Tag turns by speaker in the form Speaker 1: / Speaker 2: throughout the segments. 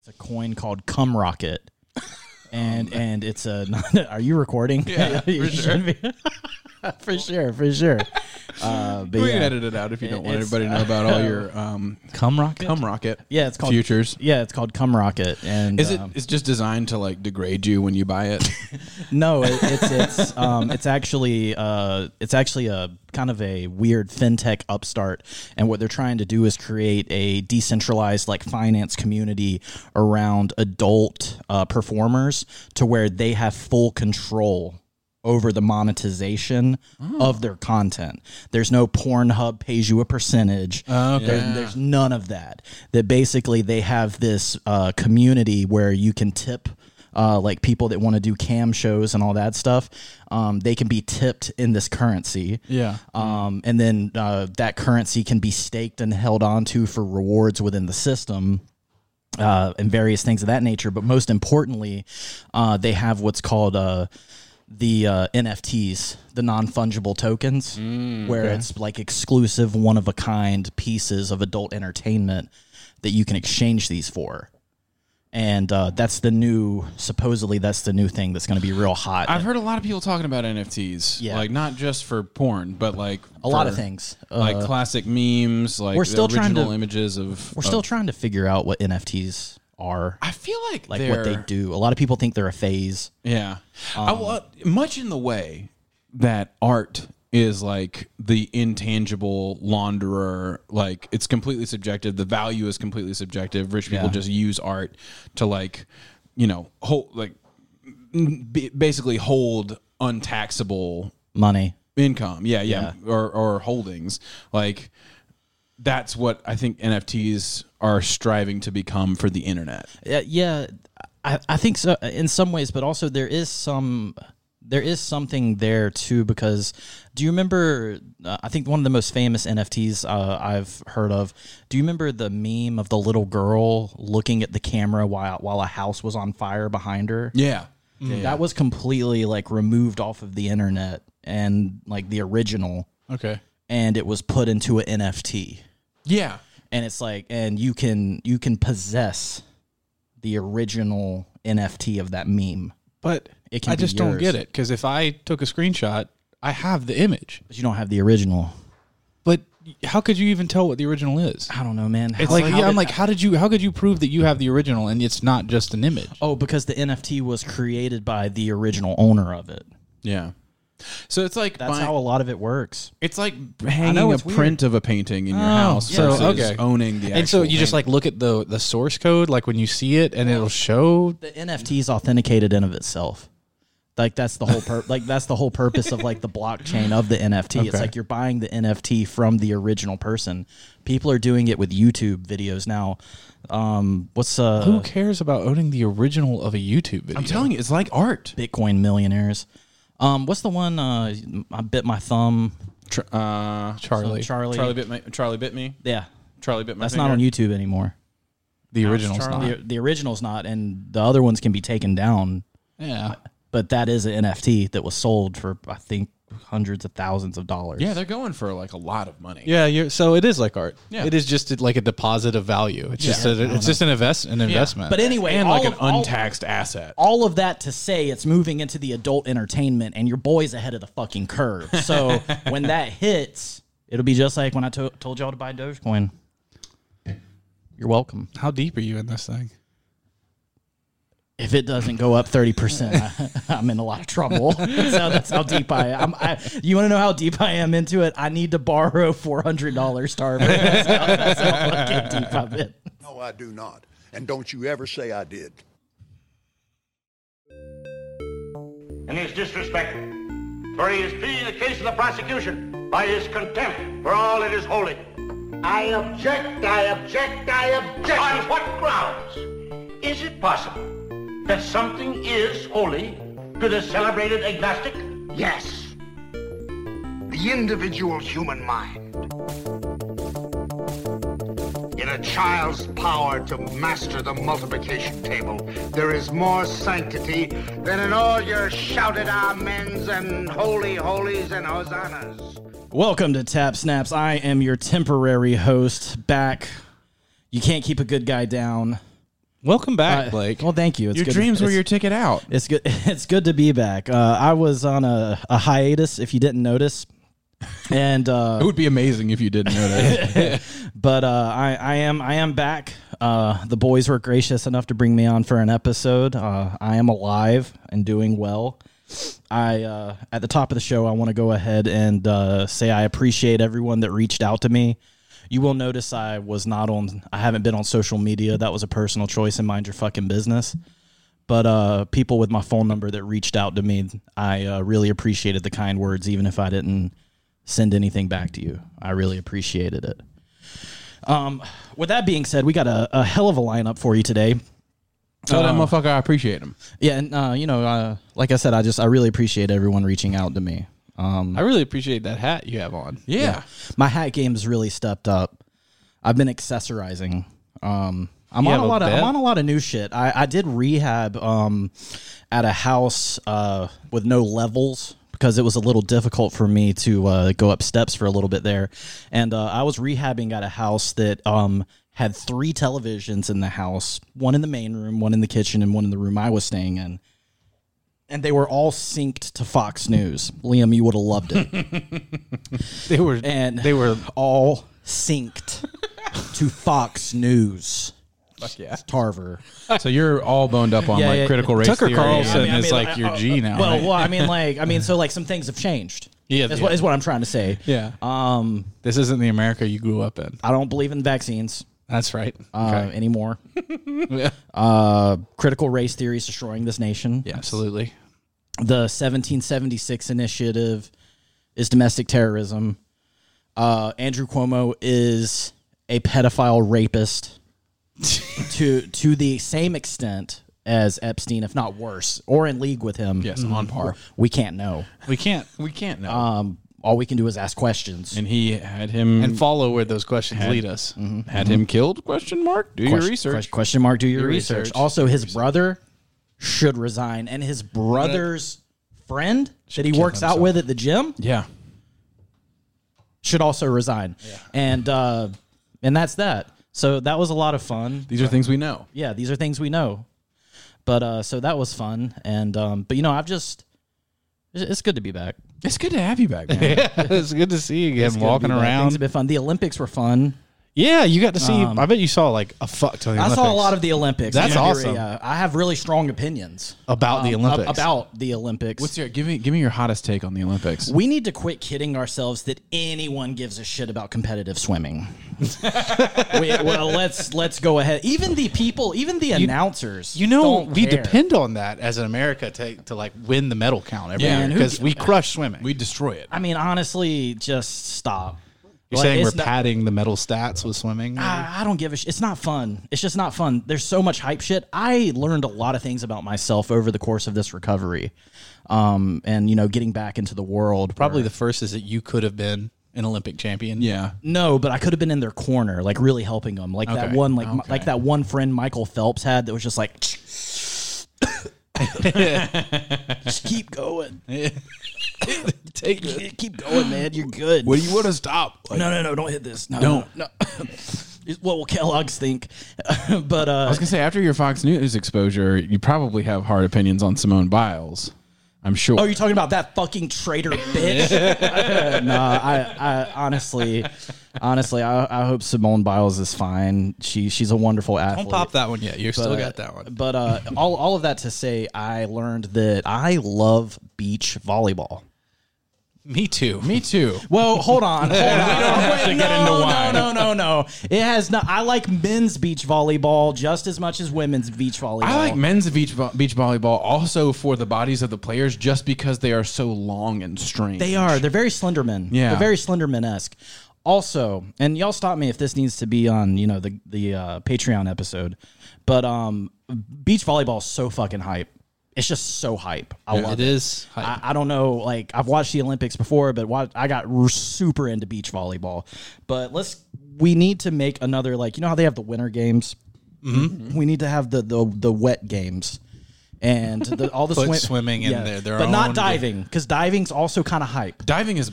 Speaker 1: It's a coin called Cum Rocket. And and it's a. Are you recording?
Speaker 2: Yeah, yeah,
Speaker 1: You
Speaker 2: for sure.
Speaker 1: should be. for sure, for sure. Uh, but
Speaker 2: We
Speaker 1: yeah.
Speaker 2: can edit it out if you
Speaker 1: It-
Speaker 2: don't want
Speaker 1: it's-
Speaker 2: everybody to know about all your um,
Speaker 1: Cum Rocket.
Speaker 2: cum rocket.
Speaker 1: Yeah, it's called
Speaker 2: futures.
Speaker 1: Yeah, it's called Cum Rocket. And
Speaker 2: Is it?
Speaker 1: um,
Speaker 2: It's just designed to like degrade you when you buy it.
Speaker 1: No, it, it's it's um, it's actually uh, it's actually a kind of a weird fintech upstart, and what they're trying to do is create a decentralized like finance community around adult uh, performers to where they have full control over the monetization of their content. There's no Pornhub pays you a percentage.
Speaker 2: Okay.
Speaker 1: There- there's none of that. That basically they have this uh, community where you can tip. Uh, like people that want to do cam shows and all that stuff, um, they can be tipped in this currency.
Speaker 2: Yeah.
Speaker 1: Um, and then uh, that currency can be staked and held onto for rewards within the system uh, and various things of that nature. But most importantly, uh, they have what's called uh, the uh, NFTs, the non fungible tokens,
Speaker 2: Mm,
Speaker 1: where it's like exclusive, one of a kind pieces of adult entertainment that you can exchange these for. And uh, that's the new, supposedly, that's the new thing that's going to be real hot.
Speaker 2: I've heard a lot of people talking about NFTs.
Speaker 1: Yeah.
Speaker 2: Like not just for porn, but like
Speaker 1: a lot
Speaker 2: for,
Speaker 1: of things.
Speaker 2: Like
Speaker 1: Uh,
Speaker 2: classic memes, like
Speaker 1: we're
Speaker 2: the
Speaker 1: still trying
Speaker 2: original
Speaker 1: to-
Speaker 2: images of.
Speaker 1: We're still trying to figure out what NFTs are,
Speaker 2: oh. I feel like
Speaker 1: like what they
Speaker 2: they're-
Speaker 1: do. A lot of people think they're a phase.
Speaker 2: Yeah. Um, I, well, much in the way that art is like the intangible launderer, like it's completely subjective. The value is completely subjective. Rich people
Speaker 1: Yeah.
Speaker 2: just use art to like, you know, hold like n- b- basically hold untaxable
Speaker 1: Money.
Speaker 2: income. Yeah, yeah, Or, or holdings. Like that's what I think NFTs are striving to become for the internet.
Speaker 1: Yeah, Uh, yeah, I, I think so uh, in some ways, but also there is some there is something there too because do you remember uh, i think one of the most famous nfts uh, i've heard of do you remember the meme of the little girl looking at the camera while while a house was on fire behind her
Speaker 2: Yeah.
Speaker 1: that was completely like removed off of the internet and like the original
Speaker 2: Okay.
Speaker 1: and it was put into an NFT.
Speaker 2: Yeah.
Speaker 1: And it's like, and you can you can possess the original NFT of that meme,
Speaker 3: But
Speaker 1: It can
Speaker 3: I
Speaker 1: be
Speaker 3: just don't
Speaker 1: yours.
Speaker 3: get it because if I took a screenshot, I have the image.
Speaker 1: but you don't have the original.
Speaker 3: But how could you even tell what the original is?
Speaker 1: I don't know, man.
Speaker 3: It's
Speaker 1: How-
Speaker 3: like,
Speaker 1: how
Speaker 3: yeah, I'm
Speaker 1: did-
Speaker 3: like, how did you? How could you prove that you have the original and it's not just an image?
Speaker 1: oh, because the NFT was created by the original owner of it.
Speaker 2: Yeah. So it's like
Speaker 1: That's
Speaker 2: buying-
Speaker 1: how a lot of it works.
Speaker 2: It's like hanging
Speaker 1: know
Speaker 2: a
Speaker 1: it's weird.
Speaker 2: print of a painting in your house
Speaker 3: Oh, so,
Speaker 2: versus
Speaker 3: okay.
Speaker 2: owning the.
Speaker 3: and so
Speaker 2: actual
Speaker 3: you just
Speaker 2: painting.
Speaker 3: like look at the the source code, like when you see it, and it'll show.
Speaker 1: The NFT is authenticated in of itself. Like that's the whole pur- like that's the whole purpose of like the blockchain of the NFT. It's
Speaker 3: Okay.
Speaker 1: like you're buying the NFT from the original person. People are doing it with YouTube videos now. Um, what's uh,
Speaker 3: Who cares about owning the original of a YouTube video?
Speaker 2: I'm telling you, it's like art.
Speaker 1: Bitcoin millionaires. Um, what's the one? Uh, I bit my thumb.
Speaker 2: Tr- uh,
Speaker 3: Charlie,
Speaker 1: Charlie.
Speaker 2: Charlie bit my. Charlie bit me.
Speaker 1: Yeah,
Speaker 2: Charlie bit my.
Speaker 1: that's not on YouTube anymore.
Speaker 3: the original's
Speaker 2: Charlie.
Speaker 3: not.
Speaker 1: The, the original's not, and the other ones can be taken down.
Speaker 3: Yeah,
Speaker 1: But that is an NFT that was sold for I think hundreds of thousands of dollars.
Speaker 2: Yeah, they're going for like a lot of money.
Speaker 3: yeah. You're, so it is like art.
Speaker 2: Yeah.
Speaker 3: it is just like a deposit of value. It's just a, it's just an invest an investment.
Speaker 1: But anyway,
Speaker 2: and
Speaker 1: all
Speaker 2: like an
Speaker 1: of, all-
Speaker 2: untaxed asset.
Speaker 1: all of that to say it's moving into the adult entertainment and your boy's ahead of the fucking curve. So when that hits, it'll be just like when I to- told y'all to buy Dogecoin. You're welcome.
Speaker 3: how deep are you in this thing?
Speaker 1: If it doesn't go up 30%, I, I'm in a lot of trouble. So that's how deep I am. I, you want to know how deep I am into it? I need to borrow $400 to Harvard. That's how, that's how fucking deep I've been.
Speaker 4: No, I do not. And don't you ever say I did.
Speaker 5: and his disrespect, for he is pleading the case of the prosecution by his contempt for all that is holy. I object, I object, I object. On what grounds? Is it possible that something is holy to the celebrated agnostic?
Speaker 6: Yes. The individual human mind. In a child's power to master the multiplication table, there is more sanctity than in all your shouted amens and holy holies and hosannas.
Speaker 1: Welcome to Tap Snaps. I am your temporary host back. You can't keep a good guy down.
Speaker 3: Welcome back,
Speaker 1: Uh,
Speaker 3: Blake.
Speaker 1: Well, thank you. It's
Speaker 2: your
Speaker 1: good-
Speaker 2: dreams were
Speaker 1: it's-
Speaker 2: your ticket out.
Speaker 1: It's good. It's good to be back. Uh, I was on a, a hiatus, if you didn't notice, and
Speaker 2: It
Speaker 1: uh,
Speaker 2: would be amazing if you didn't know that.
Speaker 1: but uh, I, I am I am back. Uh, the boys were gracious enough to bring me on for an episode. Uh, I am alive and doing well. I uh, at the top of the show, I want to go ahead and uh, say I appreciate everyone that reached out to me. You will notice I was not on. I haven't been on social media. That was a personal choice, and mind your fucking business. but uh, people with my phone number that reached out to me, I uh, really appreciated the kind words, even if I didn't send anything back to you. I really appreciated it. Um, with that being said, we got a, a hell of a lineup for you today.
Speaker 2: Tell
Speaker 3: Uh-huh.
Speaker 2: that motherfucker I appreciate him.
Speaker 1: Yeah, and uh, you know, uh, like I said, I just I really appreciate everyone reaching out to me. Um,
Speaker 3: I really appreciate that hat you have on.
Speaker 2: Yeah.
Speaker 1: my hat game's really stepped up. I've been accessorizing. Um, I'm
Speaker 3: You
Speaker 1: on
Speaker 3: have
Speaker 1: a
Speaker 3: a
Speaker 1: lot of I'm
Speaker 3: bed?
Speaker 1: on a lot of new shit. I, I did rehab um, at a house uh, with no levels because it was a little difficult for me to uh, go up steps for a little bit there, and uh, I was rehabbing at a house that um, had three televisions in the house: one in the main room, one in the kitchen, and one in the room I was staying in. And they were all synced to Fox News. Liam, you would have loved it
Speaker 3: They were
Speaker 1: and
Speaker 3: they were
Speaker 1: all synced to Fox News. Fuck yeah, Tarver.
Speaker 2: So you're all boned up on
Speaker 1: Yeah,
Speaker 2: like
Speaker 1: yeah.
Speaker 2: critical race
Speaker 3: Tucker
Speaker 2: theory.
Speaker 3: Carlson
Speaker 2: and-
Speaker 3: is like your G now.
Speaker 1: Well,
Speaker 3: right?
Speaker 1: well, I mean, like, I mean, so like some things have changed.
Speaker 3: Yeah,
Speaker 1: is,
Speaker 3: yeah.
Speaker 1: What, is what I'm trying to say.
Speaker 3: yeah. Um, this isn't the America you grew up in.
Speaker 1: I don't believe in vaccines
Speaker 3: That's right. Um,
Speaker 1: uh, anymore. uh, critical race theory is destroying this nation.
Speaker 3: yeah, absolutely.
Speaker 1: The 1776 initiative is domestic terrorism. Uh, Andrew Cuomo is a pedophile rapist. to to the same extent as Epstein, if not worse, or in league with him. Mm-hmm.
Speaker 2: yes, on par.
Speaker 1: We can't know.
Speaker 3: We can't
Speaker 2: We can't
Speaker 3: Um,
Speaker 2: know.
Speaker 1: All we can do is ask questions.
Speaker 2: and he had him
Speaker 3: and follow where those questions lead us.
Speaker 2: had him killed? Question mark. Do your
Speaker 1: Question-
Speaker 2: research.
Speaker 1: quest- Question mark. Do your, research.
Speaker 3: research.
Speaker 1: Also, his brother should resign, and his brother's friend that he
Speaker 2: kill
Speaker 1: works out
Speaker 2: himself.
Speaker 1: with at the gym
Speaker 2: Yeah.
Speaker 1: should also resign. And uh, and that's that. So that was a lot of fun.
Speaker 2: These are things we know.
Speaker 1: yeah, these are things we know. But uh, so that was fun, and um, but you know, I've just it's it's good to be back.
Speaker 2: It's good to have you back, man.
Speaker 3: it's good to see you again
Speaker 1: It's good to
Speaker 3: walking
Speaker 1: be back. Things
Speaker 3: around.
Speaker 1: have been fun. The Olympics were fun.
Speaker 3: yeah, you got to see. I bet you saw like a fuck ton of
Speaker 1: I saw a
Speaker 3: Olympics
Speaker 1: lot of the Olympics.
Speaker 3: That's
Speaker 1: I'm
Speaker 3: awesome.
Speaker 1: very, uh, I have really strong opinions
Speaker 3: about the
Speaker 1: um,
Speaker 3: Olympics.
Speaker 1: ab- about the Olympics.
Speaker 2: What's your give me give me your hottest take on the Olympics?
Speaker 1: we need to quit kidding ourselves that anyone gives a shit about competitive swimming. we, well, let's let's go ahead. Even the people, even the announcers,
Speaker 3: you know,
Speaker 1: don't
Speaker 3: we
Speaker 1: care.
Speaker 3: depend on that as an America to, to like win the medal count every
Speaker 2: Yeah,
Speaker 3: year
Speaker 2: and who
Speaker 3: because we crush swimming.
Speaker 2: We destroy it.
Speaker 1: I mean, honestly, just stop.
Speaker 3: You're
Speaker 1: Like,
Speaker 3: saying we're
Speaker 1: it's not-
Speaker 3: padding the medal stats with swimming?
Speaker 1: I I don't give a shit. It's not fun. It's just not fun. There's so much hype shit. I learned a lot of things about myself over the course of this recovery, um, and you know, getting back into the world.
Speaker 3: Probably
Speaker 1: where-
Speaker 3: the first is that you could have been an Olympic champion.
Speaker 2: Yeah.
Speaker 1: no, but I could have been in their corner, like really helping them, like that
Speaker 2: Okay.
Speaker 1: one, like my- like that one friend Michael Phelps had that was just like, just keep going,
Speaker 3: Take the-
Speaker 1: keep going, man. You're good.
Speaker 2: What do you want to stop? Like,
Speaker 1: no, no, no, don't hit this. No, no, no. what will Kellogg's think? but uh,
Speaker 2: I was gonna say after your Fox News exposure, you probably have hard opinions on Simone Biles. I'm sure.
Speaker 1: Oh, you're talking about that fucking traitor bitch? no, I, I honestly, honestly, I, I hope Simone Biles is fine. She she's a wonderful athlete.
Speaker 3: Don't pop that one yet. You still
Speaker 1: but-
Speaker 3: got that one.
Speaker 1: But uh, all all of that to say, I learned that I love beach volleyball.
Speaker 3: Me too.
Speaker 2: me too.
Speaker 1: Well, hold on, hold on.
Speaker 2: have to
Speaker 1: Wait,
Speaker 2: get
Speaker 1: no,
Speaker 2: into
Speaker 1: no,
Speaker 2: why.
Speaker 1: No, no, no, no. It has not. I like men's beach volleyball just as much as women's beach volleyball.
Speaker 2: I like men's beach vo- beach volleyball also for the bodies of the players, just because they are so long and strange.
Speaker 1: They are. They're very Slenderman.
Speaker 2: Yeah.
Speaker 1: They're very Slenderman esque. Also, and y'all stop me if this needs to be on, you know, the the uh, Patreon episode, but um, beach volleyball is so fucking hype. It's just so hype. I love
Speaker 3: it is. hype.
Speaker 1: I, I don't know. Like I've watched the Olympics before, but wa- I got r- super into beach volleyball. But let's. We need to make another like you know how they have the winter games.
Speaker 3: Mm-hmm.
Speaker 1: We need to have the the, the wet games. And the, all the
Speaker 3: Put
Speaker 1: swim-
Speaker 3: swimming in there, their
Speaker 1: but not
Speaker 3: own-
Speaker 1: diving because diving's also kind of hype.
Speaker 2: diving is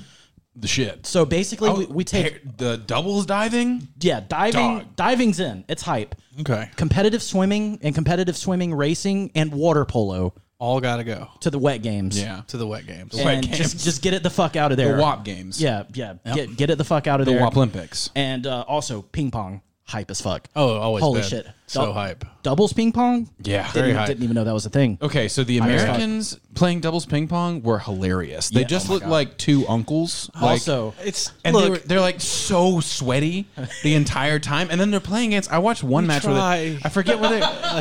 Speaker 2: the shit.
Speaker 1: So basically,
Speaker 2: Oh,
Speaker 1: we, we take
Speaker 2: par- the doubles diving.
Speaker 1: yeah diving.
Speaker 2: Dog.
Speaker 1: Diving's in. It's hype.
Speaker 2: Okay.
Speaker 1: Competitive swimming and competitive swimming racing and water polo
Speaker 3: All gotta go
Speaker 1: to the wet games.
Speaker 2: Yeah.
Speaker 3: to the wet games.
Speaker 2: wet
Speaker 1: and just
Speaker 2: games.
Speaker 1: just get it the fuck out of
Speaker 2: The
Speaker 1: there.
Speaker 2: WAP games.
Speaker 1: Yeah, yeah. Get get it the fuck out of
Speaker 2: The
Speaker 1: there.
Speaker 2: WAP Olympics.
Speaker 1: and uh, also ping pong hype as fuck.
Speaker 3: Oh, always
Speaker 1: holy
Speaker 3: been.
Speaker 1: shit,
Speaker 3: So
Speaker 1: Dou-
Speaker 3: hype.
Speaker 1: Doubles ping pong.
Speaker 2: Yeah.
Speaker 1: didn't,
Speaker 2: Very
Speaker 3: hype.
Speaker 1: didn't even know that was a thing.
Speaker 2: Okay, so the Americans playing doubles ping pong were hilarious. They just looked like two uncles. Like,
Speaker 1: Also,
Speaker 3: It's
Speaker 2: oh and they
Speaker 3: look,
Speaker 2: were, they're like so sweaty the entire time, and then they're playing against. I watched one match
Speaker 3: try.
Speaker 2: with it. I forget what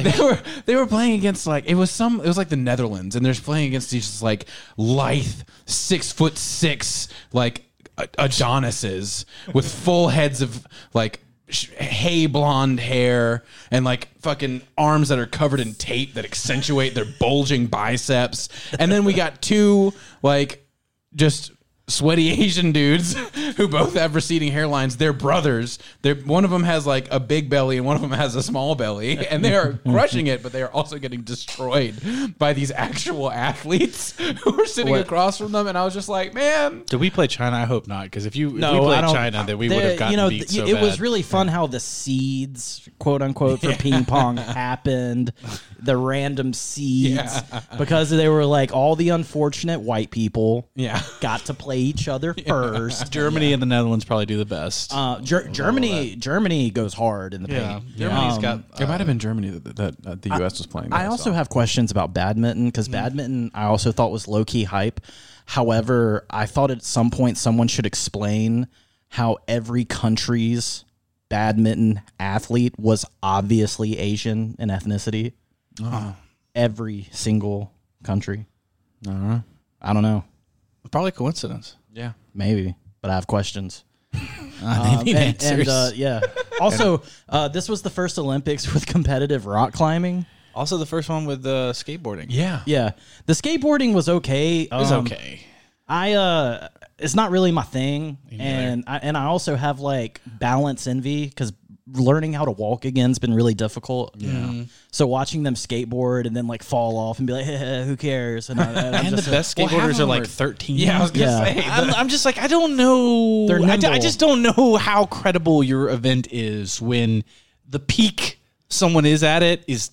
Speaker 2: they, they were. They were playing against like it was some. It was like the Netherlands, and they're playing against these just like lithe, six foot six, like A- Adonises with full heads of like sh- hay blonde hair and like fucking arms that are covered in tape that accentuate their bulging biceps, and then we got two like just sweaty Asian dudes who both have receding hairlines. They're brothers. They're one of them has like a big belly and one of them has a small belly, and they are crushing it. But they are also getting destroyed by these actual athletes who are sitting
Speaker 3: What?
Speaker 2: across from them. And I was just like, man,
Speaker 3: Did we play China? I hope not, because if you
Speaker 1: No,
Speaker 3: if we
Speaker 1: I
Speaker 3: played
Speaker 1: don't-
Speaker 3: China, then we would have
Speaker 1: the-
Speaker 3: gotten
Speaker 1: you know,
Speaker 3: beat
Speaker 1: the-
Speaker 3: so
Speaker 1: it was
Speaker 3: bad.
Speaker 1: really fun how the seeds, quote unquote, for ping pong happened. The random seeds, because they were like all the unfortunate white people.
Speaker 2: Yeah.
Speaker 1: got to play each other first.
Speaker 3: Germany and the Netherlands probably do the best.
Speaker 1: Uh, Ger- Germany, Germany goes hard in the paint.
Speaker 3: Germany's got.
Speaker 2: it might have been Germany that, that, that the U.S. was playing. that
Speaker 1: I also
Speaker 2: saw.
Speaker 1: have questions about badminton
Speaker 3: Mm.
Speaker 1: because badminton I also thought was low key hype. However, I thought at some point someone should explain how every country's badminton athlete was obviously Asian in ethnicity.
Speaker 3: Uh-huh.
Speaker 1: Every single country.
Speaker 3: Uh-huh.
Speaker 1: I don't know.
Speaker 3: probably coincidence.
Speaker 2: yeah.
Speaker 1: Maybe, but I have questions.
Speaker 3: they need
Speaker 1: and,
Speaker 3: answers.
Speaker 1: and, uh, yeah. Also, uh, this was the first Olympics with competitive rock climbing.
Speaker 3: also, the first one with uh, skateboarding. Um,
Speaker 2: Yeah.
Speaker 1: Yeah, the skateboarding was okay. Um, It
Speaker 3: it's okay.
Speaker 1: I uh it's not really my thing and I, and I also have like balance envy cuz learning how to walk again's been really difficult. Yeah. So watching them skateboard and then like fall off and be like who cares and, I, and I'm
Speaker 3: And the
Speaker 1: just
Speaker 3: best
Speaker 2: Well, half
Speaker 3: skateboarders
Speaker 2: of
Speaker 3: are
Speaker 2: them
Speaker 3: like
Speaker 2: are-
Speaker 3: thirteen.
Speaker 2: Yeah, I was gonna
Speaker 1: Yeah.
Speaker 2: say.
Speaker 3: I'm, I'm just like I don't know.
Speaker 1: They're
Speaker 3: I, d- I
Speaker 1: nimble.
Speaker 3: just don't know how credible your event is when the peak someone is at it is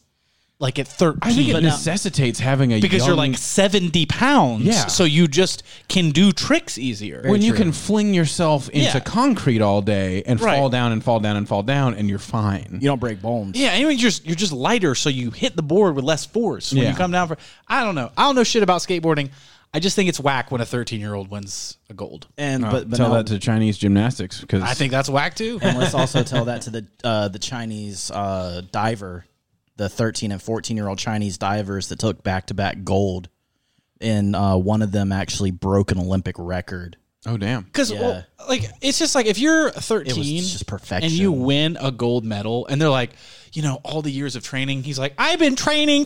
Speaker 3: like at thirteen.
Speaker 2: I think it
Speaker 3: But now-
Speaker 2: necessitates having a
Speaker 3: because you're
Speaker 2: young-
Speaker 3: like seventy pounds.
Speaker 2: Yeah.
Speaker 3: so you just can do tricks easier.
Speaker 2: when you can fling yourself into
Speaker 3: Yeah.
Speaker 2: concrete all day and
Speaker 3: Right.
Speaker 2: fall down and fall down and fall down and you're fine.
Speaker 1: you don't break bones.
Speaker 3: Yeah, anyway, you're just, you're just lighter, so you hit the board with less force when
Speaker 2: Yeah.
Speaker 3: you come down for. I don't know. I don't know shit about skateboarding. I just think it's whack when a 13 year old wins a gold.
Speaker 1: And but, but
Speaker 2: Tell
Speaker 1: now-
Speaker 2: that to Chinese gymnastics because
Speaker 3: I think that's whack too.
Speaker 1: and let's also tell that to the uh, the Chinese uh, diver, the 13 and 14 year old Chinese divers that took back to back gold, and uh, one of them actually broke an Olympic record.
Speaker 2: Oh damn!
Speaker 3: Because well, like it's just like if you're 13
Speaker 1: just perfection.
Speaker 3: and you win a gold medal, and they're like, you know, all the years of training. He's like, I've been training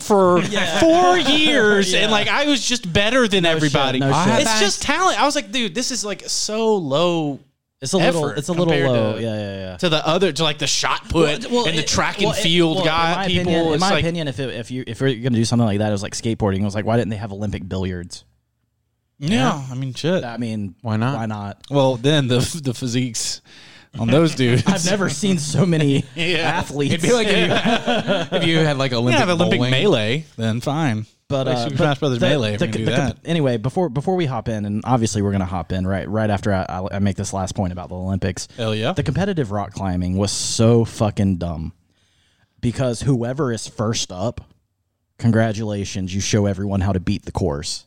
Speaker 3: for four years, and like I was just better than everybody.
Speaker 1: no shit.
Speaker 3: It's just talent. I was like, dude, this is like so low.
Speaker 1: It's a little,
Speaker 3: effort
Speaker 1: it's a little
Speaker 3: compared
Speaker 1: low.
Speaker 3: to-
Speaker 1: yeah, yeah, yeah.
Speaker 3: to the other to like the shot put
Speaker 1: Well,
Speaker 3: and the
Speaker 1: it-
Speaker 3: track and
Speaker 1: well, it-
Speaker 3: field
Speaker 1: well,
Speaker 3: guy
Speaker 1: in my
Speaker 3: people.
Speaker 1: Opinion, in
Speaker 3: it's
Speaker 1: my
Speaker 3: like,
Speaker 1: opinion, if it, if you if you're gonna do something like that, it was like skateboarding. It was like, why didn't they have Olympic billiards?
Speaker 3: yeah, I mean, shit.
Speaker 1: I mean,
Speaker 2: Why not?
Speaker 1: Why not?
Speaker 3: Well, then the the physiques on those dudes.
Speaker 1: I've never seen so many athletes.
Speaker 2: It'd be like if you, if you had like Olympic,
Speaker 3: yeah, have Olympic
Speaker 2: bowling.
Speaker 3: melee, then fine.
Speaker 1: but
Speaker 3: Like
Speaker 1: uh,
Speaker 3: Super
Speaker 1: but
Speaker 3: Smash Brothers
Speaker 1: the-
Speaker 3: melee. if
Speaker 1: the-
Speaker 3: we can do
Speaker 1: the-
Speaker 3: that.
Speaker 1: Anyway, before before we hop in, and obviously we're gonna hop in right right after I, I- I make this last point about the Olympics.
Speaker 3: Hell yeah.
Speaker 1: The competitive rock climbing was so fucking dumb because whoever is first up, congratulations, you show everyone how to beat the course.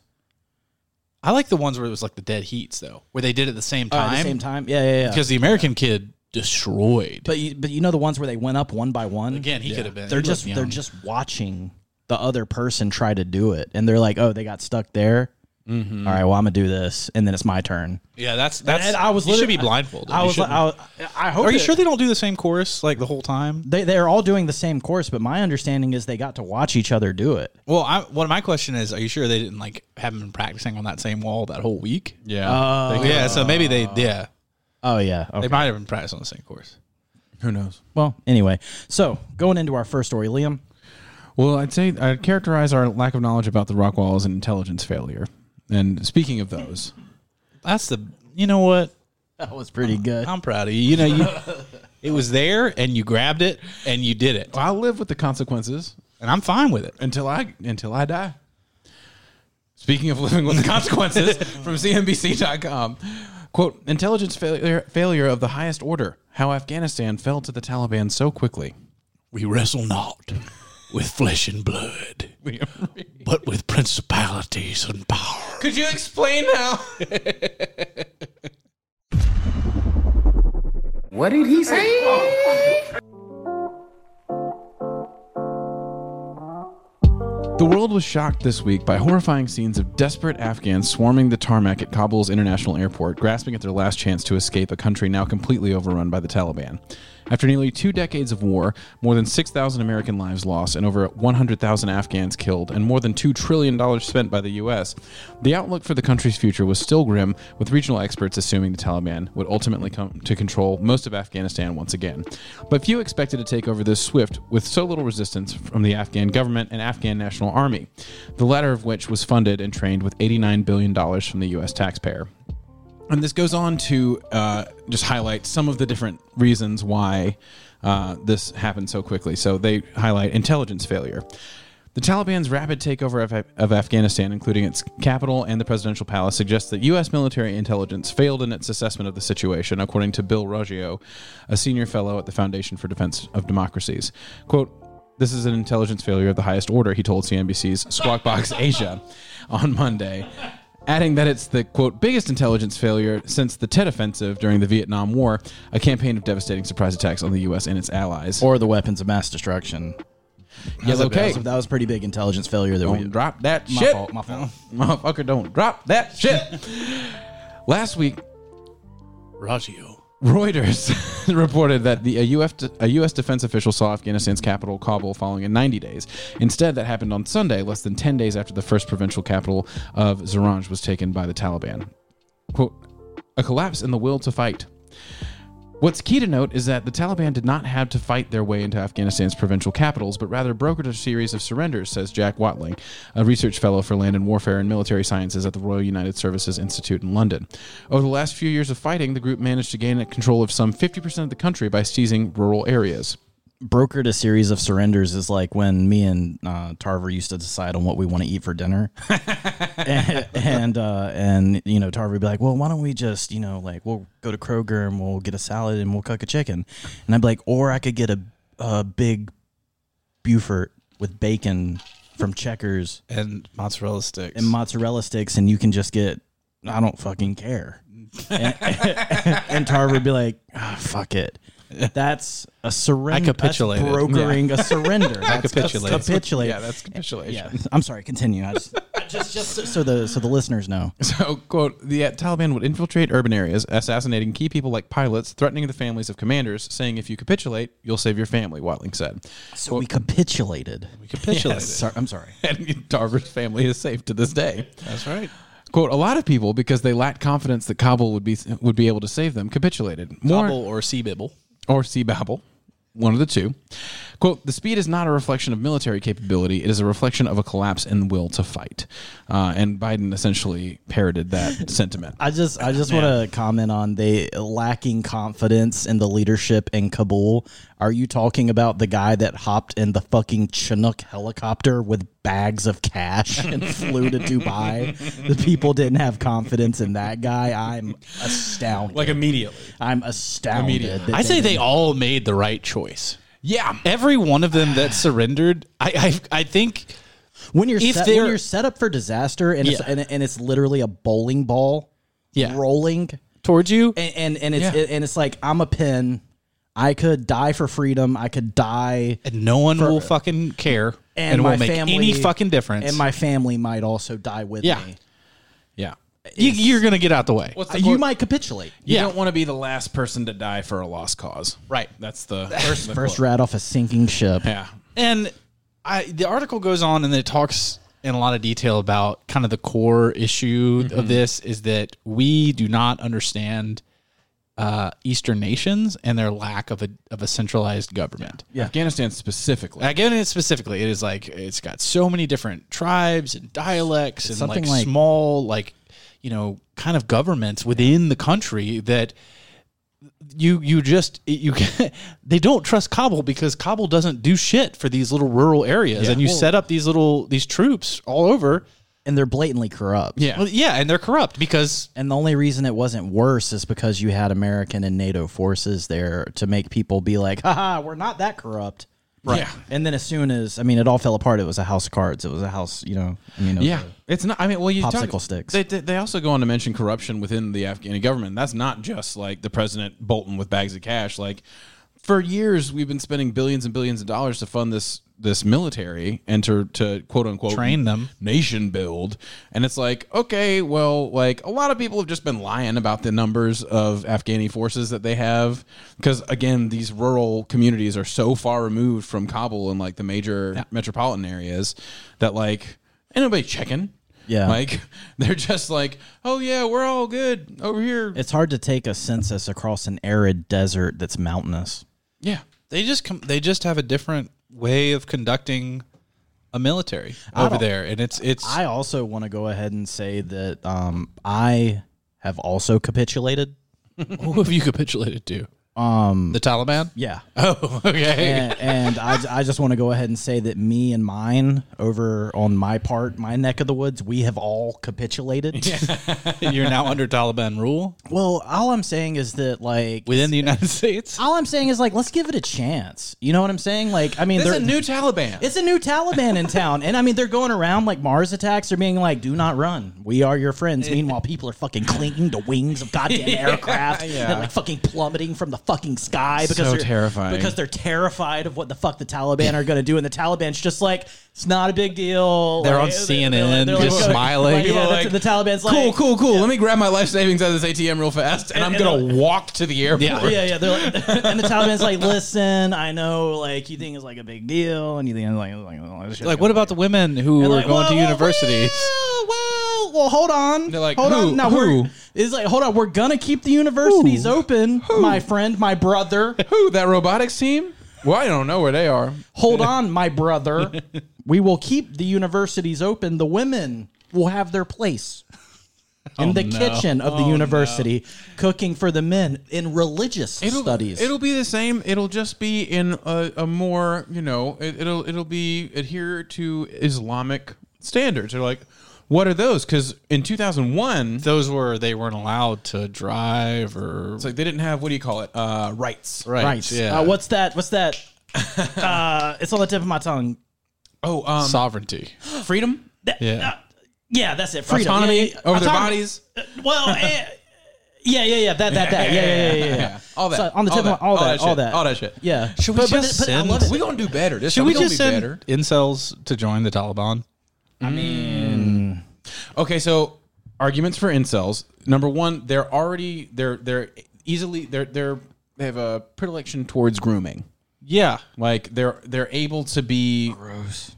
Speaker 3: I like the ones where it was like the dead heats though, where they did it at the same
Speaker 2: Oh,
Speaker 1: Uh,
Speaker 3: time.
Speaker 1: at the same time, yeah, yeah, yeah.
Speaker 3: because the American kid destroyed.
Speaker 1: But you, but you know the ones where they went up one by one.
Speaker 3: Again, he could have been.
Speaker 1: they're
Speaker 3: he
Speaker 1: just
Speaker 3: looked
Speaker 1: they're
Speaker 3: young.
Speaker 1: just watching the other person try to do it, and they're like, "Oh, they got stuck there. All right, well, I'm gonna do this, and then it's my turn."
Speaker 3: yeah. That's that's.
Speaker 1: Mm-hmm. And I was
Speaker 3: you should
Speaker 1: literally-
Speaker 3: be blindfolded.
Speaker 1: I
Speaker 3: You
Speaker 1: was, like,
Speaker 3: shouldn't.
Speaker 1: I, was- I hope.
Speaker 3: Are you
Speaker 1: that-
Speaker 3: sure they don't do the same chorus like the whole time?
Speaker 1: They they're all doing the same course, but my understanding is they got to watch each other do it.
Speaker 3: Well, I, what my question is: Are you sure they didn't like haven't been practicing on that same wall that whole week?
Speaker 2: Yeah,
Speaker 3: yeah, so maybe they, Uh. yeah,
Speaker 1: Oh yeah. Okay.
Speaker 3: they might have been practicing on the same course.
Speaker 2: who knows?
Speaker 1: Well, anyway, so going into our first story, Liam.
Speaker 2: Well, I'd say I'd characterize our lack of knowledge about the rock wall as an intelligence failure. And speaking of those,
Speaker 3: That's the you know what?
Speaker 1: That was pretty good.
Speaker 3: I'm proud of you. You know, you, it was there and you grabbed it and you did it.
Speaker 2: I'll live with the consequences
Speaker 3: And I'm fine with it.
Speaker 2: until I until I die. Speaking of living with the consequences, from CNBC.com, quote: Intelligence failure failure of the highest order. How Afghanistan fell to the Taliban so quickly.
Speaker 3: We wrestle not with flesh and blood, but with principalities and power.
Speaker 2: Could you explain how?
Speaker 6: What did he say?
Speaker 2: The world was shocked this week by horrifying scenes of desperate Afghans swarming the tarmac at Kabul's international airport, grasping at their last chance to escape a country now completely overrun by the Taliban. After nearly two decades of war, more than 6,000 American lives lost, and over 100,000 Afghans killed, and more than $2 trillion spent by the U.S., the outlook for the country's future was still grim, with regional experts assuming the Taliban would ultimately come to control most of Afghanistan once again. But few expected to take over this swift with so little resistance from the Afghan government and Afghan National Army, the latter of which was funded and trained with $89 billion from the U.S. taxpayer. And this goes on to uh, just highlight some of the different reasons why uh, this happened so quickly. So they highlight intelligence failure. The Taliban's rapid takeover of, of Afghanistan, including its capital and the presidential palace, suggests that U.S. military intelligence failed in its assessment of the situation, according to Bill Ruggio, a senior fellow at the Foundation for Defense of Democracies. Quote, this is an intelligence failure of the highest order, he told CNBC's Squawk Box Asia on Monday, adding that it's the, quote, biggest intelligence failure since the Tet Offensive during the Vietnam War, a campaign of devastating surprise attacks on the U.S. and its allies.
Speaker 1: Or the weapons of mass destruction.
Speaker 2: Yellow
Speaker 1: That
Speaker 2: cake.
Speaker 1: was, that was pretty big intelligence failure that we
Speaker 2: Don't drop that
Speaker 1: My
Speaker 2: shit.
Speaker 1: fault, my fault.
Speaker 2: Motherfucker, don't drop that shit. Last week,
Speaker 3: Raggio.
Speaker 2: Reuters reported that the, a, UF, a U.S. defense official saw Afghanistan's capital, Kabul, falling in 90 days. Instead, that happened on Sunday, less than 10 days after the first provincial capital of Zaranj was taken by the Taliban. Quote, a collapse in the will to fight. What's key to note is that the Taliban did not have to fight their way into Afghanistan's provincial capitals, but rather brokered a series of surrenders, says Jack Watling, a research fellow for land and warfare and military sciences at the Royal United Services Institute in London. Over the last few years of fighting, the group managed to gain control of some 50% of the country by seizing rural areas.
Speaker 1: brokered a series of surrenders is like when me and uh, Tarver used to decide on what we want to eat for dinner, and and, uh, and you know Tarver would be like, well, why don't we just you know like we'll go to Kroger and we'll get a salad and we'll cook a chicken, and I'd be like, or I could get a a big Beaufort with bacon from Checkers
Speaker 3: And mozzarella sticks.
Speaker 1: and mozzarella sticks, and you can just get I don't fucking care, and, and Tarver would be like, ah, fuck it. That's a surrender.
Speaker 3: I capitulated.
Speaker 1: That's brokering a surrender. That's,
Speaker 3: capitulated.
Speaker 1: That's capitulate.
Speaker 2: Yeah, that's capitulation.
Speaker 1: Yeah. I'm sorry. Continue. I just, I just, just so- so the so the listeners know.
Speaker 2: So, quote, the Taliban would infiltrate urban areas, assassinating key people like pilots, threatening the families of commanders, saying if you capitulate, you'll save your family, Watling said.
Speaker 1: So we capitulated.
Speaker 3: We capitulated.
Speaker 1: Sorry, I'm sorry.
Speaker 2: And Tarver's family is safe to this day.
Speaker 3: That's right.
Speaker 2: Quote, a lot of people, because they lacked confidence that Kabul would be would be able to save them, capitulated. More
Speaker 3: Bobble or sea bibble.
Speaker 2: or sea babble, one of the two. Quote, the speed is not a reflection of military capability. It is a reflection of a collapse in the will to fight. Uh, and Biden essentially parroted that sentiment.
Speaker 1: I just I just want to comment on they lacking confidence in the leadership in Kabul. Are you talking about the guy that hopped in the fucking Chinook helicopter with bags of cash and flew to Dubai? The people didn't have confidence in that guy. I'm astounded.
Speaker 3: immediately.
Speaker 1: I'm astounded.
Speaker 2: Immediately.
Speaker 1: that
Speaker 3: I say
Speaker 1: didn't-
Speaker 3: they all made the right choice.
Speaker 2: Yeah.
Speaker 3: Every one of them that surrendered, I, I, I think
Speaker 1: when you're
Speaker 3: If
Speaker 1: set,
Speaker 3: they're-
Speaker 1: when you're set up for disaster and it's,
Speaker 3: Yeah.
Speaker 1: and, and it's literally a bowling ball
Speaker 3: Yeah.
Speaker 1: rolling
Speaker 3: towards you.
Speaker 1: and and, and it's
Speaker 2: Yeah.
Speaker 1: and it's like I'm a pin. I could die for freedom. I could die,
Speaker 3: and no one will fucking care, and,
Speaker 1: and,
Speaker 3: it
Speaker 1: my
Speaker 3: won't make
Speaker 1: family
Speaker 3: any fucking difference.
Speaker 1: And my family might also die with
Speaker 3: Yeah.
Speaker 1: me.
Speaker 2: Yeah.
Speaker 3: you, you're gonna get out the way.
Speaker 2: What's
Speaker 1: Uh,
Speaker 2: the
Speaker 1: You
Speaker 2: quote?
Speaker 1: might capitulate.
Speaker 2: You
Speaker 3: Yeah.
Speaker 2: don't want to be the last person to die for a lost cause.
Speaker 3: Right.
Speaker 2: That's the first, the
Speaker 1: First
Speaker 2: quote.
Speaker 1: rat off a sinking ship.
Speaker 2: Yeah.
Speaker 3: And I, the article goes on and it talks in a lot of detail about kind of the core issue
Speaker 1: Mm-hmm.
Speaker 3: of this is that we do not understand uh, Eastern nations and their lack of a of a centralized government.
Speaker 2: Afghanistan specifically.
Speaker 3: I get it specifically. It is like it's got so many different tribes and dialects and
Speaker 1: something
Speaker 3: like,
Speaker 1: like-
Speaker 3: small like you know kind of governments within the country that you you just you they don't trust Kabul because Kabul doesn't do shit for these little rural areas, and you set up these little these troops all over.
Speaker 1: and they're blatantly corrupt.
Speaker 2: Yeah.
Speaker 3: Well, yeah, and they're corrupt because
Speaker 1: And the only reason it wasn't worse is because you had American and NATO forces there to make people be like, haha, we're not that corrupt.
Speaker 2: Right. Yeah.
Speaker 1: And then as soon as, I mean, it all fell apart. It was a house of cards. It was a house, you know, I mean, it was
Speaker 2: Yeah, it's not. I mean, well, you
Speaker 1: Popsicle sticks.
Speaker 2: They, they they also go on to mention corruption within the Afghani government. That's not just like the president Bolton with bags of cash. Like for years, we've been spending billions and billions of dollars to fund this this military and to to quote unquote
Speaker 3: Train them.
Speaker 2: nation build. And it's like, okay, well, like a lot of people have just been lying about the numbers of Afghani forces that they have. Because again, these rural communities are so far removed from Kabul and like the major metropolitan areas that like ain't nobody checking.
Speaker 1: Yeah.
Speaker 2: Like they're just like, oh yeah, we're all good over here.
Speaker 1: It's hard to take a census across an arid desert that's mountainous.
Speaker 2: yeah.
Speaker 3: they just com- they just have a different way of conducting a military
Speaker 1: I
Speaker 3: over
Speaker 1: don't-
Speaker 3: there, and it's it's
Speaker 1: I also want to go ahead and say that um, I have also capitulated.
Speaker 3: who have you capitulated to? Um, the Taliban.
Speaker 1: Yeah.
Speaker 3: Oh, okay.
Speaker 1: and, and I, I just want to go ahead and say that me and mine over on my part, my neck of the woods, we have all capitulated.
Speaker 3: You're now under Taliban rule
Speaker 1: Well, all I'm saying is that like
Speaker 3: within the United States.
Speaker 1: all I'm saying is like let's give it a chance. You know what I'm saying? Like I mean,
Speaker 2: There's
Speaker 1: they're-
Speaker 2: a new Taliban.
Speaker 1: It's a new Taliban in town, and I mean they're going around like Mars attacks. They're being like, "Do not run. We are your friends." Meanwhile, people are fucking clinging to wings of goddamn aircraft and like fucking plummeting from the fucking sky because
Speaker 2: So
Speaker 1: they're
Speaker 2: terrifying.
Speaker 1: Because they're terrified of what the fuck the Taliban are going to do, and the Taliban's just like, "It's not a big deal."
Speaker 3: They're
Speaker 1: Like,
Speaker 3: on CNN,
Speaker 1: they're like-
Speaker 3: just smiling.
Speaker 1: Like, yeah,
Speaker 2: People are
Speaker 1: that's-
Speaker 2: like,
Speaker 1: the Taliban's like,
Speaker 2: cool, cool, cool. Let me grab my life savings out of this ATM real fast, and, I'm
Speaker 1: and
Speaker 2: gonna walk to the airport.
Speaker 1: Yeah, yeah. They're like, and the Taliban's like, listen, I know, like, you think it's like a big deal, and you think it's like, like, oh, this shit's
Speaker 3: Like, what about the women who are
Speaker 1: And like,
Speaker 3: going
Speaker 1: well,
Speaker 3: to
Speaker 1: well,
Speaker 3: universities?
Speaker 1: Well, well, well, hold on.
Speaker 2: They're like,
Speaker 1: hold
Speaker 2: who?
Speaker 1: on. Now,
Speaker 2: Who?
Speaker 1: we're- It's like, hold on. We're gonna keep the universities open, my friend, my brother.
Speaker 2: Who that robotics team? Well, I don't know where they are.
Speaker 1: Hold on, my brother. we will keep the universities open. The women will have their place. In
Speaker 2: Oh,
Speaker 1: the kitchen of the university, cooking for the men in religious studies.
Speaker 2: It'll be the same. It'll just be in a, a more, you know, it, it'll it'll be adhere to Islamic standards. They're like, what are those? Because in 2001, it's
Speaker 3: Those were they weren't allowed to drive or
Speaker 2: like they didn't have what do you call it? Uh, rights.
Speaker 3: right.
Speaker 1: Right.
Speaker 3: Yeah.
Speaker 1: Uh, what's that? What's that? uh, it's on the tip of my tongue.
Speaker 2: Oh, um,
Speaker 3: sovereignty?
Speaker 2: freedom,
Speaker 1: That-
Speaker 3: Yeah.
Speaker 1: uh, yeah, that's it. Freedom.
Speaker 2: autonomy
Speaker 1: Yeah, yeah, yeah.
Speaker 2: over their
Speaker 1: Autonomy.
Speaker 2: bodies.
Speaker 1: Well, eh, yeah, yeah, yeah. That, that, that. Yeah, yeah, yeah, yeah. yeah,
Speaker 2: Yeah, all that.
Speaker 1: So, on the tip of my, all, that, all
Speaker 2: shit,
Speaker 1: that,
Speaker 2: all that shit.
Speaker 1: Yeah.
Speaker 3: Should we
Speaker 1: but,
Speaker 3: just
Speaker 1: but, but I
Speaker 3: send-
Speaker 1: love it.
Speaker 2: We gonna do better. This
Speaker 3: Should
Speaker 2: time
Speaker 3: we
Speaker 2: gonna
Speaker 3: just
Speaker 2: be
Speaker 3: send
Speaker 2: better.
Speaker 3: incels to join the Taliban?
Speaker 2: Okay, so arguments for incels. Number one, they're already they're they're easily they're they're they have a predilection towards grooming.
Speaker 3: Yeah.
Speaker 2: Like they're they're able to be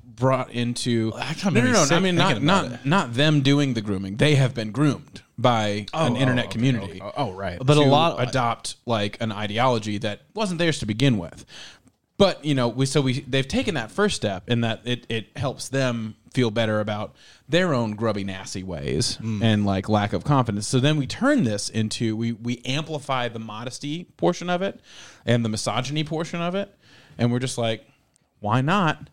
Speaker 2: brought into
Speaker 3: That kinda
Speaker 2: no no
Speaker 3: made me
Speaker 2: no.
Speaker 3: sick
Speaker 2: I mean not
Speaker 3: thinking about
Speaker 2: not not them doing the grooming. They have been groomed by an internet community.
Speaker 1: Oh, right.
Speaker 2: But
Speaker 3: a
Speaker 2: a
Speaker 3: lot-
Speaker 2: lot adopt like an ideology that wasn't theirs to begin with. But you know, we so we they've taken that first step in that it it helps them feel better about their own grubby nasty ways and like lack of confidence. So then we turn this into we we amplify the modesty portion of it and the misogyny portion of it, and we're just like, why not?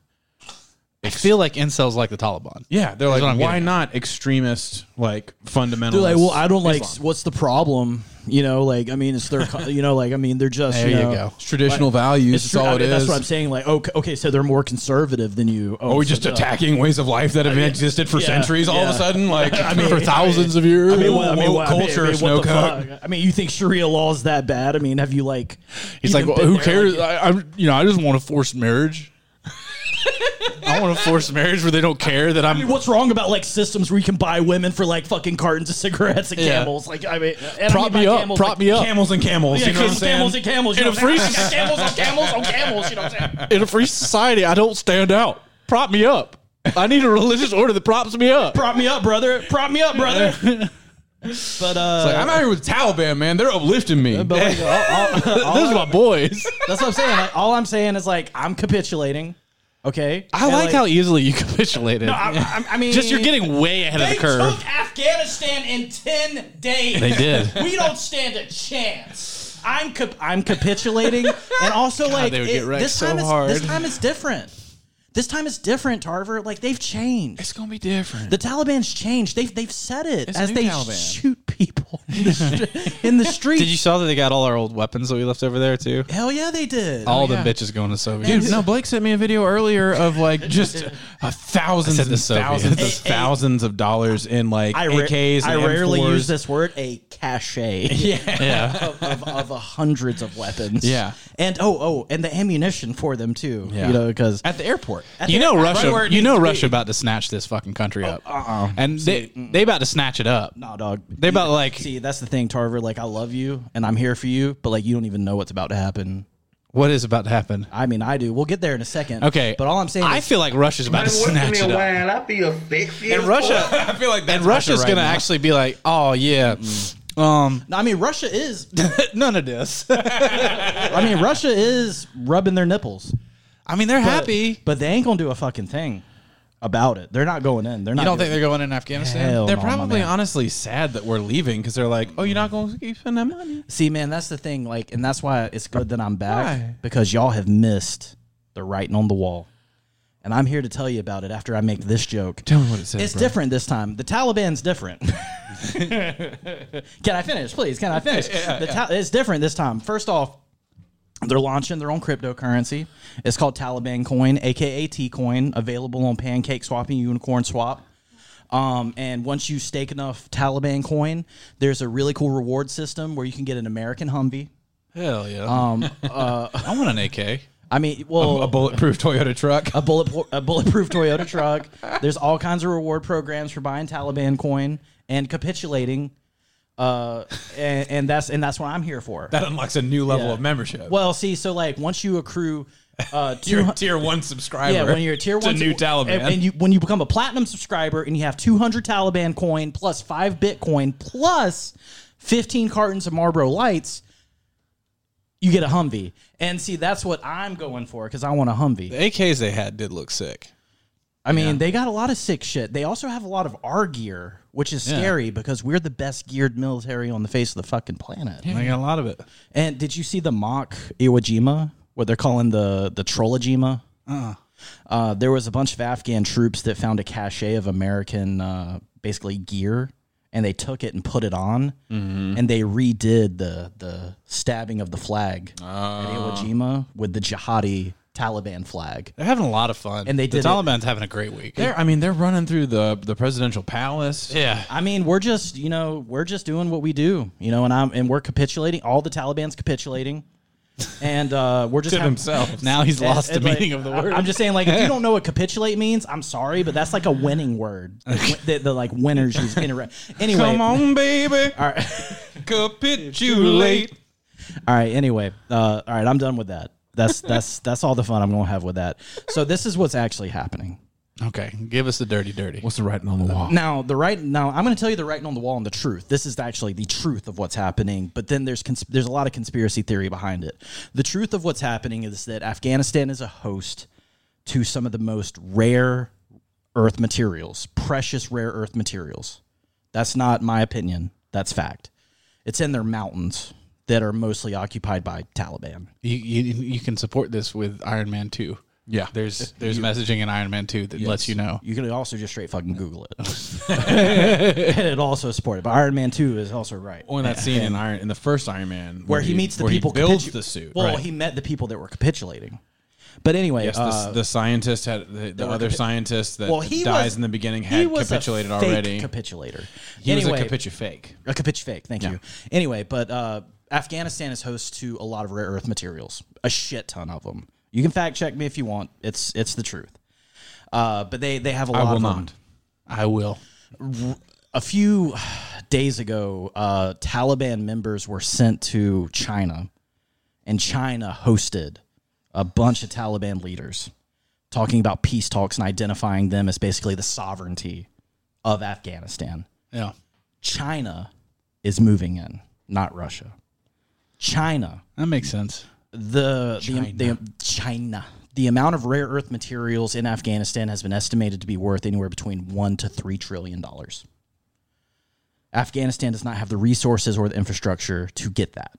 Speaker 3: I feel like incels like the Taliban.
Speaker 2: Yeah, they're
Speaker 3: what
Speaker 2: like,
Speaker 3: I'm
Speaker 2: why
Speaker 3: getting at.
Speaker 2: not extremist like fundamentalist?
Speaker 1: They're like, well, I don't like.
Speaker 2: Islam?
Speaker 1: What's the problem? You know, like, I mean, it's their, co- you know, like, I mean, they're just.
Speaker 3: There you
Speaker 1: know,
Speaker 3: go.
Speaker 2: It's traditional values.
Speaker 1: It's
Speaker 2: It's,
Speaker 1: true.
Speaker 2: all
Speaker 1: I mean,
Speaker 2: it is.
Speaker 1: that's what I'm saying. Like, okay, okay, so they're more conservative than you. Oh,
Speaker 2: Are we
Speaker 1: so-
Speaker 2: just attacking ways of life that have existed for
Speaker 1: Yeah.
Speaker 2: centuries all of
Speaker 1: Yeah.
Speaker 2: a sudden? Like, I mean,
Speaker 3: For thousands of years.
Speaker 1: I mean, what, I mean,
Speaker 2: Woke
Speaker 1: what, I mean,
Speaker 2: culture
Speaker 1: I mean,
Speaker 2: is
Speaker 1: what
Speaker 2: no
Speaker 1: the
Speaker 2: code.
Speaker 1: fuck? I mean, you think Sharia law is that bad? I mean, have you like?
Speaker 3: He's
Speaker 1: even
Speaker 3: like, well,
Speaker 1: been
Speaker 3: who
Speaker 1: there?
Speaker 3: cares?
Speaker 1: Like,
Speaker 3: I, I'm, you know, I just want to force marriage. I want to force marriage where they don't care that I'm
Speaker 1: What's wrong about like systems where you can buy women for like fucking cartons of cigarettes and
Speaker 3: Yeah.
Speaker 1: camels? Like, I mean, and I
Speaker 3: Prop
Speaker 1: mean
Speaker 3: me
Speaker 1: by
Speaker 3: up,
Speaker 1: camels,
Speaker 3: prop
Speaker 1: like,
Speaker 3: me up.
Speaker 2: Camels and camels.
Speaker 1: Yeah,
Speaker 2: you know what I'm
Speaker 1: camels,
Speaker 2: saying?
Speaker 1: camels and camels. You know
Speaker 3: In
Speaker 1: what
Speaker 3: a
Speaker 1: I'm saying?
Speaker 3: free-
Speaker 1: I got camels on camels on camels. You know what I'm saying?
Speaker 3: in a free society. I don't stand out. Prop me up. I need a religious order that props me up.
Speaker 1: Prop me up, brother. Prop me up, brother. But uh,
Speaker 2: Like, I'm out here with Taliban, man. They're uplifting me.
Speaker 1: but like, all- all- all
Speaker 3: Those are my boys.
Speaker 1: That's what I'm saying. Like, all I'm saying is like I'm capitulating. Okay.
Speaker 3: I
Speaker 1: And,
Speaker 3: like, how easily you capitulated.
Speaker 1: No, I, I, I mean,
Speaker 3: Just you're getting way ahead of
Speaker 1: They
Speaker 3: the curve.
Speaker 1: took Afghanistan in ten days.
Speaker 3: They did.
Speaker 1: we don't stand a chance. I'm cap- I'm capitulating, and also like
Speaker 3: they would
Speaker 1: it-
Speaker 3: get wrecked
Speaker 1: this
Speaker 3: so
Speaker 1: time
Speaker 3: hard.
Speaker 1: It's, this time it's different. This time it's different, Tarver. Like they've changed.
Speaker 3: It's gonna be different.
Speaker 1: The Taliban's changed. They've they've said it
Speaker 2: It's a
Speaker 1: as
Speaker 2: new
Speaker 1: they
Speaker 2: Taliban.
Speaker 1: shoot people in the, str- in the street.
Speaker 3: Did you saw that they got all our old weapons that we left over there too?
Speaker 1: Hell yeah, they did.
Speaker 3: all
Speaker 2: Oh, yeah.
Speaker 3: the bitches going to Soviet.
Speaker 2: Dude, no, Blake sent me a video earlier of like just a thousands
Speaker 3: I said
Speaker 2: and
Speaker 3: the Soviets.
Speaker 2: thousands
Speaker 3: A-
Speaker 2: of
Speaker 3: a-
Speaker 2: thousands of dollars in like
Speaker 1: I, ra-
Speaker 2: AKs.
Speaker 1: I
Speaker 2: and
Speaker 1: rarely
Speaker 2: M4s.
Speaker 1: use this word, a cachet
Speaker 3: yeah.
Speaker 1: of, of, of a hundreds of weapons.
Speaker 2: Yeah.
Speaker 1: And oh, oh, and the ammunition for them too.
Speaker 2: Yeah.
Speaker 1: You know, because
Speaker 2: at the airport.
Speaker 3: you know Russia.
Speaker 2: where it
Speaker 3: you
Speaker 2: needs
Speaker 3: know
Speaker 2: to be.
Speaker 3: Russia about to snatch this fucking country
Speaker 1: Oh,
Speaker 3: up,
Speaker 1: uh-uh.
Speaker 3: and they they about to snatch it up.
Speaker 1: Nah, dog.
Speaker 3: They about like
Speaker 1: See, that's the thing, Tarver. Like, I love you and I'm here for you, but like, you don't even know what's about to happen.
Speaker 3: what is about to happen?
Speaker 1: I mean, I do. We'll get there in a second.
Speaker 3: Okay,
Speaker 1: But all I'm saying
Speaker 3: I
Speaker 1: is,
Speaker 3: feel like Russia's about to snatch it up,
Speaker 5: I'll be a fix
Speaker 3: and Russia
Speaker 2: I feel like
Speaker 3: and Russia's
Speaker 2: right
Speaker 3: gonna
Speaker 2: now.
Speaker 3: actually be like, oh yeah,
Speaker 1: Mm.
Speaker 3: um,
Speaker 1: I mean, Russia is,
Speaker 3: none of this.
Speaker 1: I mean, Russia is rubbing their nipples.
Speaker 3: I mean, they're
Speaker 1: But-
Speaker 3: happy.
Speaker 1: but they ain't gonna do a fucking thing about it. They're not going in. They're not.
Speaker 3: You don't
Speaker 1: gonna-
Speaker 3: think they're going in Afghanistan?
Speaker 1: Hell
Speaker 2: They're
Speaker 1: no, my
Speaker 2: probably
Speaker 1: Oh, man.
Speaker 2: honestly sad that we're leaving because they're like, oh, you're not going to keep spending that money.
Speaker 1: See, man, that's the thing. Like, and that's why it's good that I'm back
Speaker 2: Why?
Speaker 1: because y'all have missed the writing on the wall, and I'm here to tell you about it after I make this joke.
Speaker 2: Tell me what it says.
Speaker 1: It's different this time. The Taliban's different. Can I finish, please? Can I finish? The Ta- it's different this time. First off, they're launching their own cryptocurrency. It's called Taliban Coin, aka T Coin, available on Pancake Swap and Unicorn Swap. Um, and once you stake enough Taliban coin, there's a really cool reward system where you can get an American Humvee.
Speaker 3: Hell yeah. Um,
Speaker 1: uh,
Speaker 3: I want an AK.
Speaker 1: I mean, well,
Speaker 2: A bulletproof Toyota truck.
Speaker 1: a bullet a bulletproof Toyota truck. There's all kinds of reward programs for buying Taliban coin and capitulating. Uh, and, and that's and that's what I'm here for.
Speaker 2: That unlocks a new level
Speaker 1: Yeah.
Speaker 2: of membership.
Speaker 1: well, see, so like once you accrue, uh,
Speaker 2: you're a
Speaker 1: 200
Speaker 2: tier one subscriber.
Speaker 1: yeah, when you're a tier
Speaker 2: to
Speaker 1: one
Speaker 2: new Taliban.
Speaker 1: and, and you when you become a platinum subscriber and you have 200 Taliban coin plus five Bitcoin plus 15 cartons of Marlboro Lights. You get a Humvee, and see that's what I'm going for because I want a Humvee.
Speaker 3: The AKs they had did look sick.
Speaker 1: I mean, they got a lot of sick shit. They also have a lot of our gear, which is scary because we're the best geared military on the face of the fucking planet.
Speaker 3: They got a lot of it.
Speaker 1: And did you see the mock Iwo Jima, what they're calling the the Trollojima? Uh, there was a bunch of Afghan troops that found a cache of American, uh, basically gear, and they took it and put it on, and they redid the the stabbing of the flag at Iwo Jima with the jihadi Taliban flag.
Speaker 3: They're having a lot of fun.
Speaker 1: And they did
Speaker 3: the
Speaker 1: it.
Speaker 3: Taliban's having a great week.
Speaker 2: they're, I mean, they're running through the the presidential palace.
Speaker 3: yeah.
Speaker 1: I mean, we're just you know we're just doing what we do, you know, and I'm and we're capitulating. All the Taliban's capitulating, and uh, we're just
Speaker 2: To
Speaker 1: hav-
Speaker 2: themselves.
Speaker 3: Now he's
Speaker 1: and-
Speaker 3: lost the
Speaker 1: and, like,
Speaker 3: meaning of the
Speaker 1: I-
Speaker 3: word.
Speaker 1: I'm just saying, like, if you don't know what capitulate means, I'm sorry, but that's like a winning word. the, the like winners use interact. Anyway,
Speaker 2: Come on, baby.
Speaker 1: all right,
Speaker 2: Capitulate.
Speaker 1: all right. Anyway, uh, all right. I'm done with that. That's that's that's all the fun I'm gonna have with that. So this is what's actually happening.
Speaker 3: okay, give us the dirty, dirty.
Speaker 2: What's the writing on the wall?
Speaker 1: Now the right now I'm going to tell you the writing on the wall and the truth. This is actually the truth of what's happening. But then there's cons- there's a lot of conspiracy theory behind it. The truth of what's happening is that Afghanistan is a host to some of the most rare earth materials, precious rare earth materials. That's not my opinion. That's fact. It's in their mountains that are mostly occupied by Taliban.
Speaker 3: You, you you can support this with Iron Man Two.
Speaker 2: Yeah.
Speaker 3: there's there's messaging in Iron Man Two that lets you know.
Speaker 1: You can also just straight fucking Google it. and it also supported. But Iron Man 2 is also right.
Speaker 2: When that scene in Iron in the first Iron Man,
Speaker 1: where he, meets the
Speaker 2: where he
Speaker 1: people
Speaker 2: builds
Speaker 1: capitu-
Speaker 2: the suit.
Speaker 1: Well,
Speaker 2: right.
Speaker 1: he met the people that were capitulating. But anyway,
Speaker 2: Yes, the,
Speaker 1: uh,
Speaker 2: the scientist had the, the
Speaker 1: were
Speaker 2: other
Speaker 1: capi-
Speaker 2: scientist that
Speaker 1: well, he
Speaker 2: dies
Speaker 1: was,
Speaker 2: in the beginning
Speaker 1: he
Speaker 2: had
Speaker 1: was a
Speaker 2: capitulated
Speaker 1: fake
Speaker 2: already.
Speaker 1: Capitulator.
Speaker 2: he
Speaker 1: anyway,
Speaker 2: was a capitu fake.
Speaker 1: a capit fake. Thank you. Anyway, but uh, Afghanistan is host to a lot of rare earth materials, a shit ton of them. You can fact check me if you want. It's it's the truth. Uh, but they they have a lot.
Speaker 2: I will
Speaker 1: of them.
Speaker 2: not.
Speaker 3: I will.
Speaker 1: a few days ago, uh, Taliban members were sent to China, and China hosted a bunch of Taliban leaders talking about peace talks and identifying them as basically the sovereignty of Afghanistan.
Speaker 3: Yeah,
Speaker 1: China is moving in, not Russia. China,
Speaker 3: that makes sense.
Speaker 1: the China, the, the China, the amount of rare earth materials in Afghanistan has been estimated to be worth anywhere between one to three trillion dollars. Afghanistan does not have the resources or the infrastructure to get that.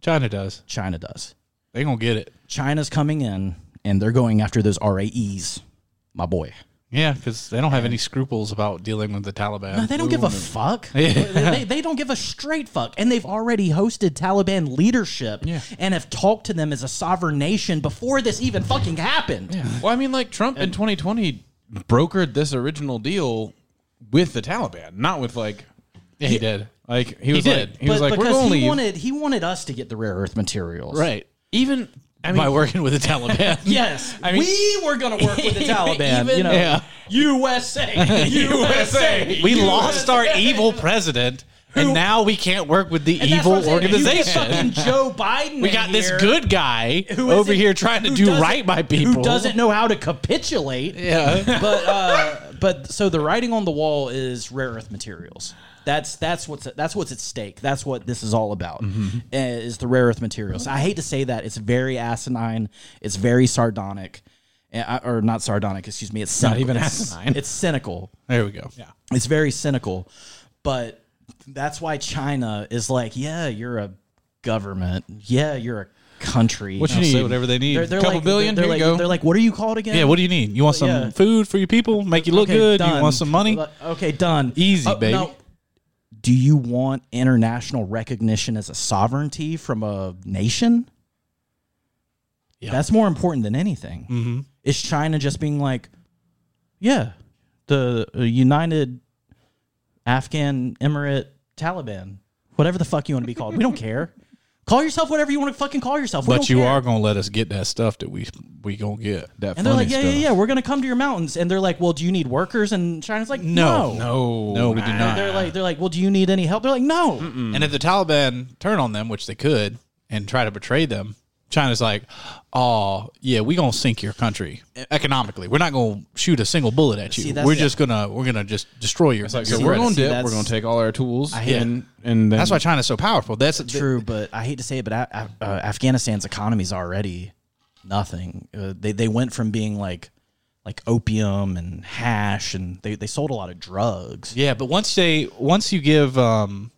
Speaker 3: China does.
Speaker 1: China does.
Speaker 3: They gonna get it.
Speaker 1: China's coming in and they're going after those RAEs, my boy.
Speaker 3: Yeah, because they don't have any scruples about dealing with the Taliban.
Speaker 1: No, they don't give a fuck. They- they, they don't give a straight fuck. And they've already hosted Taliban leadership and have talked to them as a sovereign nation before this even fucking happened.
Speaker 2: Well, I mean, like Trump in 2020 brokered this original deal with the Taliban, not with like
Speaker 3: Yeah, he did.
Speaker 2: like he was
Speaker 3: did.
Speaker 2: like he was like we're
Speaker 1: because
Speaker 2: going to
Speaker 1: he
Speaker 2: leave.
Speaker 1: wanted he wanted us to get the rare earth materials.
Speaker 3: Right.
Speaker 2: Even I mean,
Speaker 3: By working with the Taliban.
Speaker 1: Yes. we were gonna work with the Taliban. you know
Speaker 3: Yeah.
Speaker 1: USA. USA.
Speaker 3: We lost our evil president, and now we can't work with the
Speaker 1: And that's what I'm
Speaker 3: evil
Speaker 1: saying. You get
Speaker 3: organization.
Speaker 1: fucking Joe Biden.
Speaker 3: We
Speaker 1: in
Speaker 3: got this
Speaker 1: here
Speaker 3: good guy
Speaker 1: who
Speaker 3: over
Speaker 1: isn't-
Speaker 3: here trying to
Speaker 1: who
Speaker 3: do
Speaker 1: doesn't-
Speaker 3: right by people.
Speaker 1: Who doesn't know how to capitulate.
Speaker 3: Yeah.
Speaker 1: but uh, but so the writing on the wall is rare earth materials. That's that's what's that's what's at stake. That's what this is all about.
Speaker 3: Mm-hmm.
Speaker 1: uh, Is the rare earth materials. I hate to say that. It's very asinine. It's very sardonic, and I- or not sardonic. Excuse me. It's cynical.
Speaker 3: even
Speaker 1: It's-
Speaker 3: asinine.
Speaker 1: It's cynical.
Speaker 3: There we go. Yeah.
Speaker 1: It's very cynical, but that's why China is like, yeah, you're a government. Yeah, you're a country.
Speaker 3: What you need? Whatever they need.
Speaker 1: They're, they're
Speaker 2: Couple
Speaker 1: like,
Speaker 2: billion,
Speaker 1: They're,
Speaker 2: here
Speaker 1: like,
Speaker 2: you go.
Speaker 1: They're like, what are you called again?
Speaker 3: yeah. What do you need? You want some
Speaker 1: yeah.
Speaker 3: food for your people? Make you look
Speaker 1: Okay,
Speaker 3: good.
Speaker 1: done.
Speaker 3: You want some money?
Speaker 1: Okay, done.
Speaker 3: Easy,
Speaker 1: Oh,
Speaker 3: baby.
Speaker 1: do you want international recognition as a sovereignty from a nation?
Speaker 3: Yeah. Mm-hmm.
Speaker 1: That's more important than anything. Is China just being like, yeah, the uh, United Afghan Emirate Taliban, whatever the fuck you want to be called. we don't care. Call yourself whatever you want to fucking call yourself. We
Speaker 3: But
Speaker 1: don't
Speaker 3: you
Speaker 1: care.
Speaker 3: are gonna let us get that stuff that we we gonna get. That
Speaker 1: And they're
Speaker 3: funny
Speaker 1: like, yeah,
Speaker 3: stuff.
Speaker 1: yeah, yeah, we're going to come to your mountains. And they're like, well, do you need workers? And China's like, no.
Speaker 3: No,
Speaker 2: no,
Speaker 3: No, we do
Speaker 1: And
Speaker 3: not.
Speaker 1: they're like, they're like, well, do you need any help? They're like, no.
Speaker 3: And if the Taliban turn on them, which they could, and try to betray them, China's like, oh yeah, we gonna sink your country economically. We're not gonna shoot a single bullet at you.
Speaker 1: See, that's-
Speaker 3: we're just gonna we're gonna just destroy your.
Speaker 2: Like,
Speaker 3: country.
Speaker 2: so we're
Speaker 1: that's-
Speaker 2: going to dip.
Speaker 1: that's-
Speaker 2: We're going to take all our tools.
Speaker 1: hate it.
Speaker 2: and and then
Speaker 3: that's why China's so powerful. That's
Speaker 1: True, but I hate to say it, but Af- Af- uh, Afghanistan's economy's already nothing. Uh, they they went from being like like opium and hash, and they, they sold a lot of drugs.
Speaker 3: Yeah, but once they once you give um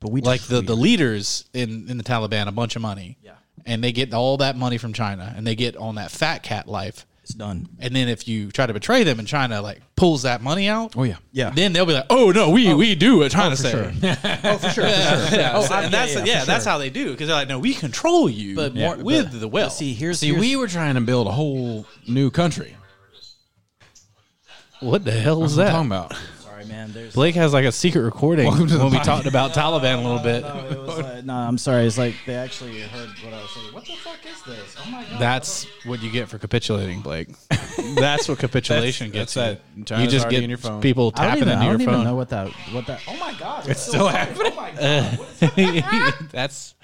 Speaker 1: But we just-
Speaker 3: like the, the leaders in, in the Taliban a bunch of money. Yeah. And they get all that money from China and they get on that fat cat life.
Speaker 1: it's done.
Speaker 3: And then if you try to betray them and China like pulls that money out,
Speaker 2: oh yeah
Speaker 1: Yeah.
Speaker 3: then they'll be like, "Oh no, we we do what China say."
Speaker 1: oh, for sure. For sure.
Speaker 3: Oh, and that's yeah, that's how they do because they're like, "No, we control you,
Speaker 1: But more-
Speaker 3: with
Speaker 1: but-
Speaker 3: the wealth."
Speaker 1: but see, here's,
Speaker 2: see
Speaker 1: here's
Speaker 2: we were trying to build a whole new country
Speaker 3: what the hell is
Speaker 2: what I'm
Speaker 3: that?
Speaker 2: talking about
Speaker 1: sorry, man. There's
Speaker 3: Blake has like a secret recording
Speaker 2: Welcome to the
Speaker 3: when we
Speaker 2: podcast.
Speaker 3: talked about Taliban a little bit.
Speaker 1: no, it was like, no, I'm sorry. It's like they actually heard what I was saying. What the fuck is this? Oh my god.
Speaker 3: That's what you get for capitulating, Blake. That's what capitulation
Speaker 2: That's-
Speaker 3: gets.
Speaker 2: that's
Speaker 3: you.
Speaker 2: that. China's
Speaker 3: you just
Speaker 2: already
Speaker 3: get
Speaker 2: in your phone.
Speaker 3: people
Speaker 1: I don't
Speaker 3: tapping
Speaker 1: even,
Speaker 3: into
Speaker 1: I
Speaker 3: your
Speaker 1: don't even know
Speaker 3: phone.
Speaker 1: what that what that. Oh my god. It's
Speaker 2: still happening.
Speaker 3: that's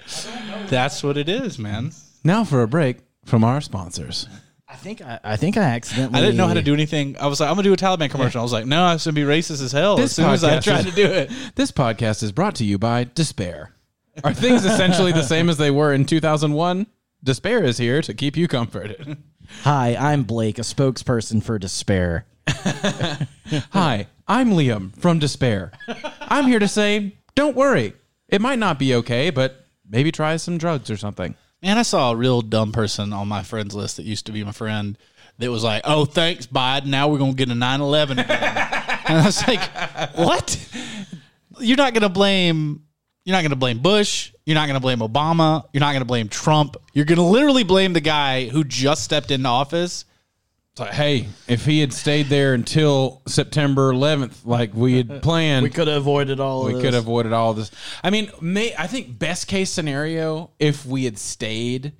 Speaker 3: that's what it is, man.
Speaker 2: now for a break from our sponsors
Speaker 1: I think I, I think I accidentally.
Speaker 3: I didn't know how to do anything. I was like, I'm gonna do a Taliban commercial. I was like, no, it's gonna be racist as hell.
Speaker 2: This
Speaker 3: as soon as I
Speaker 2: podcast
Speaker 3: tried
Speaker 2: is-
Speaker 3: to do it,
Speaker 2: this podcast is brought to you by despair are things essentially the same as they were in 2001 despair is here to keep you comforted
Speaker 1: Hi, I'm Blake, a spokesperson for despair.
Speaker 2: hi i'm liam from despair i'm here to say don't worry it might not be okay but maybe try some drugs or something
Speaker 3: man, I saw a real dumb person on my friends list that used to be my friend that was like, oh, thanks, Biden. Now we're gonna get a 9/11. Again. and I was like, what? You're not gonna blame. You're not gonna blame Bush. You're not gonna blame Obama. You're not gonna blame Trump. You're gonna literally blame the guy who just stepped into office.
Speaker 2: it's like hey if he had stayed there until september 11th like we had planned
Speaker 1: could have avoided all.
Speaker 2: we could have avoided all this. I mean, may I think best case scenario, if we had stayed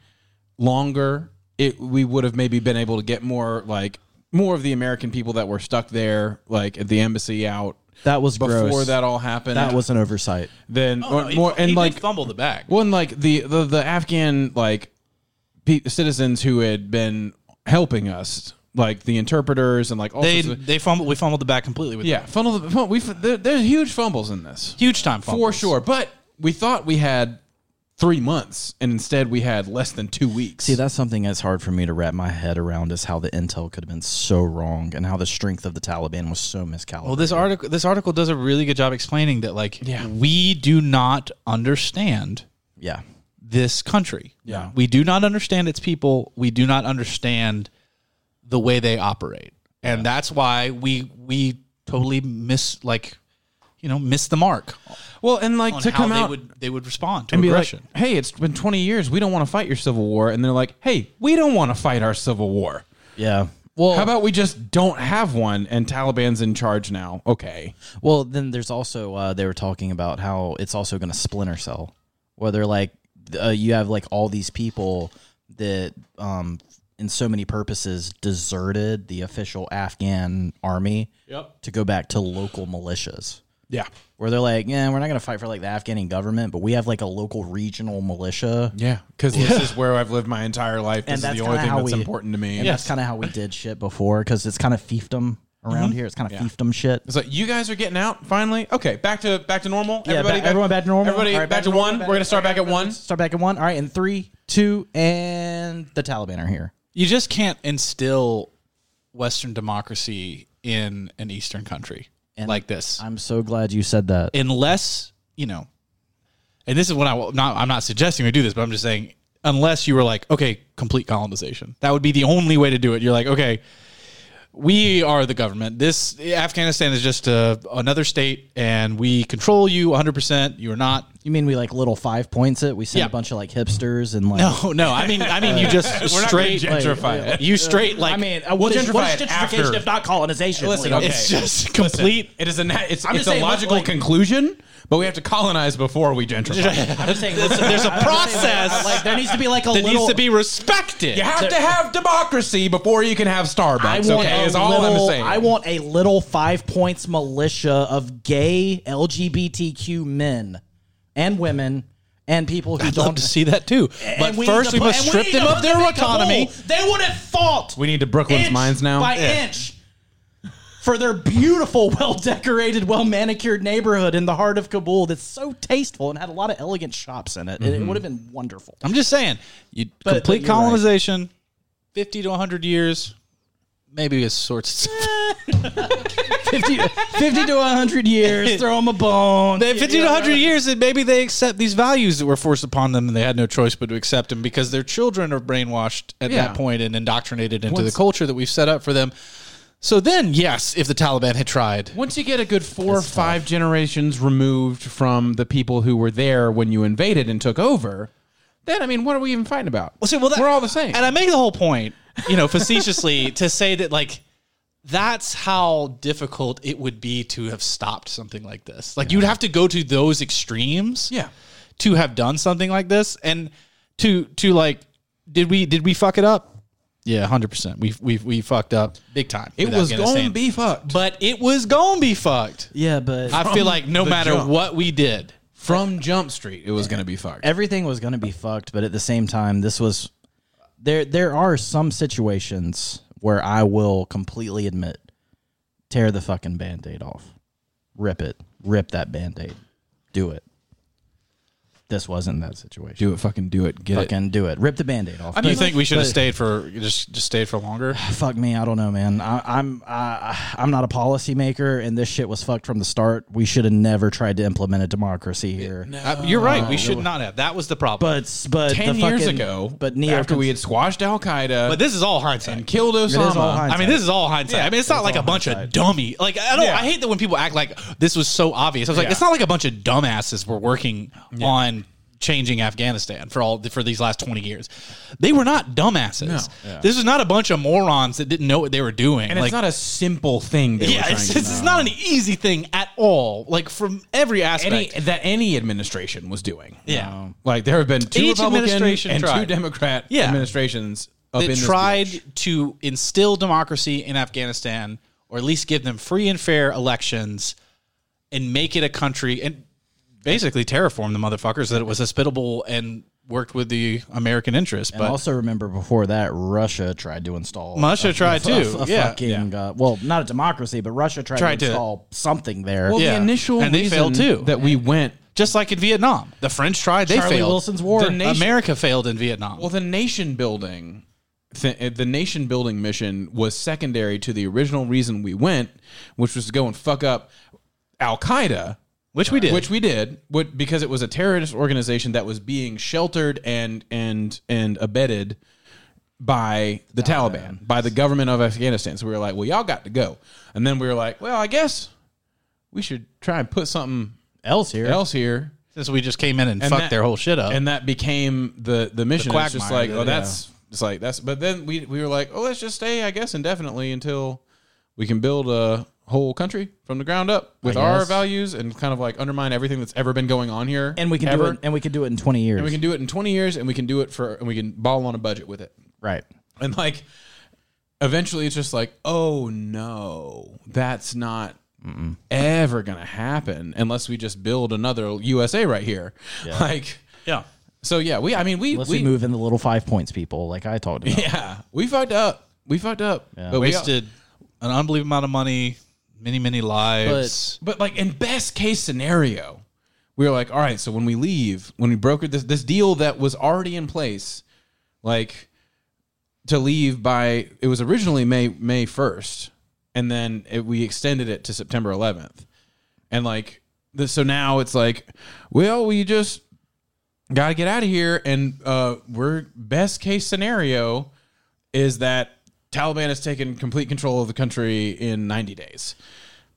Speaker 2: longer, it we would have maybe been able to get more like more of the American people that were stuck there, like at the embassy out
Speaker 1: That was
Speaker 2: before
Speaker 1: gross.
Speaker 2: that all happened.
Speaker 1: That was an oversight.
Speaker 2: then or more and like
Speaker 3: fumble the back.
Speaker 2: one like the the, the Afghan like pe- citizens who had been helping us, like the interpreters and like all
Speaker 3: They
Speaker 2: sorts of-
Speaker 3: they fumbled. We fumbled the back completely with
Speaker 2: yeah, funnel. The, funnel we there, there's huge fumbles in this.
Speaker 3: huge time fumbles.
Speaker 2: for sure. But we thought we had three months, and instead we had less than two weeks.
Speaker 1: See, that's something that's hard for me to wrap my head around is how the intel could have been so wrong and how the strength of the Taliban was so miscalibrated.
Speaker 3: Well, this article this article does a really good job explaining that like
Speaker 2: Yeah.
Speaker 3: we do not understand
Speaker 1: yeah.
Speaker 3: this country.
Speaker 2: Yeah.
Speaker 3: We do not understand its people. We do not understand the way they operate. And that's why we we totally miss like you know, miss the mark
Speaker 2: well, and like
Speaker 3: on
Speaker 2: to
Speaker 3: how
Speaker 2: come
Speaker 3: they
Speaker 2: out
Speaker 3: would they would respond to
Speaker 2: and be like,
Speaker 3: aggression.
Speaker 2: "Hey, it's been 20 years. We don't want to fight your civil war," and they're like, "Hey, we don't want to fight our civil war."
Speaker 1: Yeah. Well,
Speaker 2: How about we just don't have one and Taliban's in charge now? Okay.
Speaker 1: well, then there's also uh, they were talking about how it's also going to splinter cell, where they're like uh, you have like all these people that, um, in so many purposes, deserted the official Afghan army
Speaker 2: Yep.
Speaker 1: to go back to local militias.
Speaker 2: Yeah.
Speaker 1: Where they're like, yeah, we're not going to fight for like the Afghani government, but we have like a local regional militia
Speaker 2: Yeah. Because this is where I've lived my entire life. This
Speaker 1: And that's
Speaker 2: is the only
Speaker 1: kinda
Speaker 2: thing
Speaker 1: how
Speaker 2: that's
Speaker 1: we-
Speaker 2: important to me.
Speaker 1: And that's kind of how we did shit before because it's kind of fiefdom around here. It's kind of fiefdom shit.
Speaker 2: It's like you guys are getting out finally. Okay, back to back to normal.
Speaker 1: Yeah, ba- everyone back to normal.
Speaker 2: Everybody
Speaker 1: All right,
Speaker 2: back, to
Speaker 1: normal,
Speaker 2: one.
Speaker 1: back-
Speaker 2: We're gonna start
Speaker 1: all right,
Speaker 2: back at one.
Speaker 1: Start back at one. All right, in three, two, and the Taliban are here.
Speaker 3: You just can't instill western democracy in an eastern country
Speaker 1: And
Speaker 3: like this.
Speaker 1: I'm so glad you said that.
Speaker 3: unless you know, and this is what I will- not. I'm not suggesting we do this, but I'm just saying unless you were like, okay, complete colonization. That would be the only way to do it. You're like, okay, we are the government. This Afghanistan is just uh another state, and we control you 100. percent You are not.
Speaker 1: you mean we like little five points it? We sent
Speaker 3: Yeah.
Speaker 1: a bunch of like hipsters and like.
Speaker 3: No, oh, no. I mean, I mean, you just straight
Speaker 2: We're not gonna gentrify it.
Speaker 3: You straight like.
Speaker 1: I mean,
Speaker 3: I
Speaker 1: uh, what
Speaker 2: We'll
Speaker 1: is, what is
Speaker 2: gentrify it
Speaker 1: gentrification
Speaker 2: after.
Speaker 1: if not colonization?
Speaker 2: Listen,
Speaker 1: Leo?
Speaker 2: okay.
Speaker 3: It's just complete.
Speaker 2: It is a na- it's,
Speaker 1: just
Speaker 2: it's a
Speaker 1: saying,
Speaker 2: logical
Speaker 1: like-
Speaker 2: conclusion, but we have to colonize before we gentrify.
Speaker 1: I'm just saying, listen,
Speaker 3: There's a process
Speaker 1: like there needs to be like a
Speaker 3: that
Speaker 1: little.
Speaker 3: needs to be respected.
Speaker 2: you have to have democracy before you can have
Speaker 1: I
Speaker 2: Starbucks.
Speaker 1: want
Speaker 2: Okay,
Speaker 1: a
Speaker 2: is all
Speaker 1: little-
Speaker 2: I'm saying.
Speaker 1: I want a little five points militia of gay LGBTQ men and women and people who
Speaker 3: I'd
Speaker 1: don't
Speaker 3: love to see that too.
Speaker 1: And
Speaker 3: But
Speaker 1: need
Speaker 3: first,
Speaker 1: to
Speaker 3: we
Speaker 1: put-
Speaker 3: must
Speaker 1: and
Speaker 3: strip
Speaker 1: need
Speaker 3: them
Speaker 1: to
Speaker 3: of their
Speaker 1: put them
Speaker 3: autonomy.
Speaker 1: whole. They would have fought.
Speaker 2: We need to Brooklyn's
Speaker 1: inch
Speaker 2: Mines now.
Speaker 1: by
Speaker 2: Yeah.
Speaker 1: inch for their beautiful, well-decorated, well-manicured neighborhood in the heart of Kabul. That's so tasteful and had a lot of elegant shops in it. It-
Speaker 2: Mm-hmm.
Speaker 1: It would have been wonderful.
Speaker 3: I'm just saying, you complete
Speaker 1: but you're right.
Speaker 3: colonization, fifty to hundred years, maybe it sorts. itself-
Speaker 1: Eh, 50, 50 to 100 years, throw them a bone.
Speaker 3: Then fifty to hundred years, and maybe they accept these values that were forced upon them, and they had no choice but to accept them because their children are brainwashed at
Speaker 2: Yeah.
Speaker 3: that point and indoctrinated into
Speaker 2: Once-
Speaker 3: the culture that we've set up for them. So then, yes, if the Taliban had tried,
Speaker 2: Once you get a good four or five generations removed from the people who were there when you invaded and took over, then I mean, what are we even fighting about?
Speaker 3: Well, see, well, that-
Speaker 2: we're all the same.
Speaker 3: And I make the whole point, you know, facetiously to say that like that's how difficult it would be to have stopped something like this. Like you'd have to go to those extremes,
Speaker 2: Yeah.
Speaker 3: to have done something like this, and to to like, did we did we fuck it up? Yeah, hundred percent. We we we fucked up big time.
Speaker 2: it
Speaker 3: with
Speaker 2: was
Speaker 3: Afghanistan.
Speaker 2: going to be fucked
Speaker 3: but it was gonna be fucked.
Speaker 1: Yeah, but
Speaker 3: I feel like no
Speaker 2: the
Speaker 3: matter
Speaker 2: jump.
Speaker 3: what we did,
Speaker 2: from Jump Street. It was going to be fucked.
Speaker 1: everything was going to be fucked, but at the same time, this was there. There are some situations where I will completely admit, tear the fucking band-aid off, rip it, rip that band-aid, do it. This wasn't that situation.
Speaker 2: Do it, fucking do it, get
Speaker 1: fucking do it, rip the band-aid off.
Speaker 3: do you think we should have stayed for just just stayed for longer?
Speaker 1: fuck me, I don't know, man. I, I'm I, I'm not a policymaker, and this shit was fucked from the start. We should have never tried to implement a democracy here.
Speaker 3: Uh, You're right. We should not have. That was the problem.
Speaker 1: But but
Speaker 2: Ten
Speaker 1: the
Speaker 2: years
Speaker 1: fucking-
Speaker 2: ago,
Speaker 1: but neo
Speaker 2: after we had squashed Al Qaeda,
Speaker 3: But this is all hindsight.
Speaker 2: and killed
Speaker 1: is all
Speaker 2: Osama.
Speaker 1: hindsight.
Speaker 3: I mean, this is all hindsight.
Speaker 2: Yeah,
Speaker 3: I mean, it's not like a bunch of dummy. Like I don't.
Speaker 2: Yeah.
Speaker 3: I hate that when people act like this was so obvious. I was like,
Speaker 2: Yeah.
Speaker 3: it's not like a bunch of dumbasses were working on changing Afghanistan for all for these last twenty years. They were not dumbasses. This was not a bunch of morons that didn't know what they were doing.
Speaker 2: and
Speaker 3: like,
Speaker 2: it's not a simple thing. They
Speaker 3: yeah,
Speaker 2: were
Speaker 3: it's,
Speaker 2: trying
Speaker 3: it's
Speaker 2: to
Speaker 3: not an easy thing at all. Like from every aspect.
Speaker 2: any that any administration was doing.
Speaker 3: Yeah.
Speaker 2: like there have been two
Speaker 3: Each
Speaker 2: Republican and
Speaker 3: administration
Speaker 2: two
Speaker 3: tried.
Speaker 2: Democrat
Speaker 3: Yeah.
Speaker 2: administrations up in
Speaker 3: that
Speaker 2: this
Speaker 3: tried
Speaker 2: bitch.
Speaker 3: to instill democracy in Afghanistan, or at least give them free and fair elections, and make it a country and basically terraform the motherfuckers that it was hospitable and worked with the American interest.
Speaker 1: And
Speaker 3: but
Speaker 1: also remember before that, Russia tried to install.
Speaker 3: Russia tried
Speaker 1: a,
Speaker 3: too.
Speaker 1: a
Speaker 3: yeah.
Speaker 1: fucking uh, well, not a democracy, but Russia tried,
Speaker 3: Tried to-
Speaker 1: to install something there.
Speaker 2: Well,
Speaker 3: Yeah.
Speaker 2: the initial
Speaker 3: And they
Speaker 2: reason
Speaker 3: failed, too.
Speaker 2: that we went
Speaker 3: Just like in Vietnam, the French tried; they
Speaker 1: Charlie
Speaker 3: failed.
Speaker 1: Wilson's War.
Speaker 3: The
Speaker 2: nation-
Speaker 3: America failed in Vietnam.
Speaker 2: Well, the nation building, th- uh, the nation building mission was secondary to the original reason we went, which was to go and fuck up Al Qaeda,
Speaker 3: which we did.
Speaker 2: which we did, what, because it was a terrorist organization that was being sheltered and and and abetted by the Taliban, by the government of Afghanistan. So we were like, well, y'all got to go, and then we were like, well, I guess we should try and put something
Speaker 1: Else here.
Speaker 2: else here
Speaker 3: since we just came in and, fucked
Speaker 2: that-
Speaker 3: their whole
Speaker 1: Oh.
Speaker 3: shit up.
Speaker 2: and that became the the mission.
Speaker 3: The
Speaker 2: it's just
Speaker 3: quagmire
Speaker 2: like,
Speaker 3: that-
Speaker 2: oh, that's it's like that's. But then we we were like, oh, let's just stay, I guess, indefinitely until we can build a whole country from the ground up with our
Speaker 1: guess.
Speaker 2: values and kind of like undermine everything that's ever been going on here.
Speaker 1: and we can
Speaker 2: ever.
Speaker 1: do it. And we can do it in twenty years.
Speaker 2: And we can do it in twenty years, and we can do it for, and we can ball on a budget with it.
Speaker 1: right.
Speaker 2: And like, eventually, it's just like, oh no, that's not. Ever gonna happen unless we just build another USA right here, like
Speaker 3: yeah,
Speaker 2: so yeah, we I mean we
Speaker 1: Unless
Speaker 2: we,
Speaker 1: we move in the little five points, people, like I talked about.
Speaker 2: yeah we fucked up we fucked up but we-
Speaker 3: wasted an unbelievable amount of money, many many lives.
Speaker 2: but like in best case scenario we were like all right so when we leave when we brokered this this deal that was already in place like to leave by it was originally May May first and then it, we extended it to September 11th and like the, so now it's like well we just got to get out of here and uh we're best case scenario is that Taliban has taken complete control of the country in 90 days.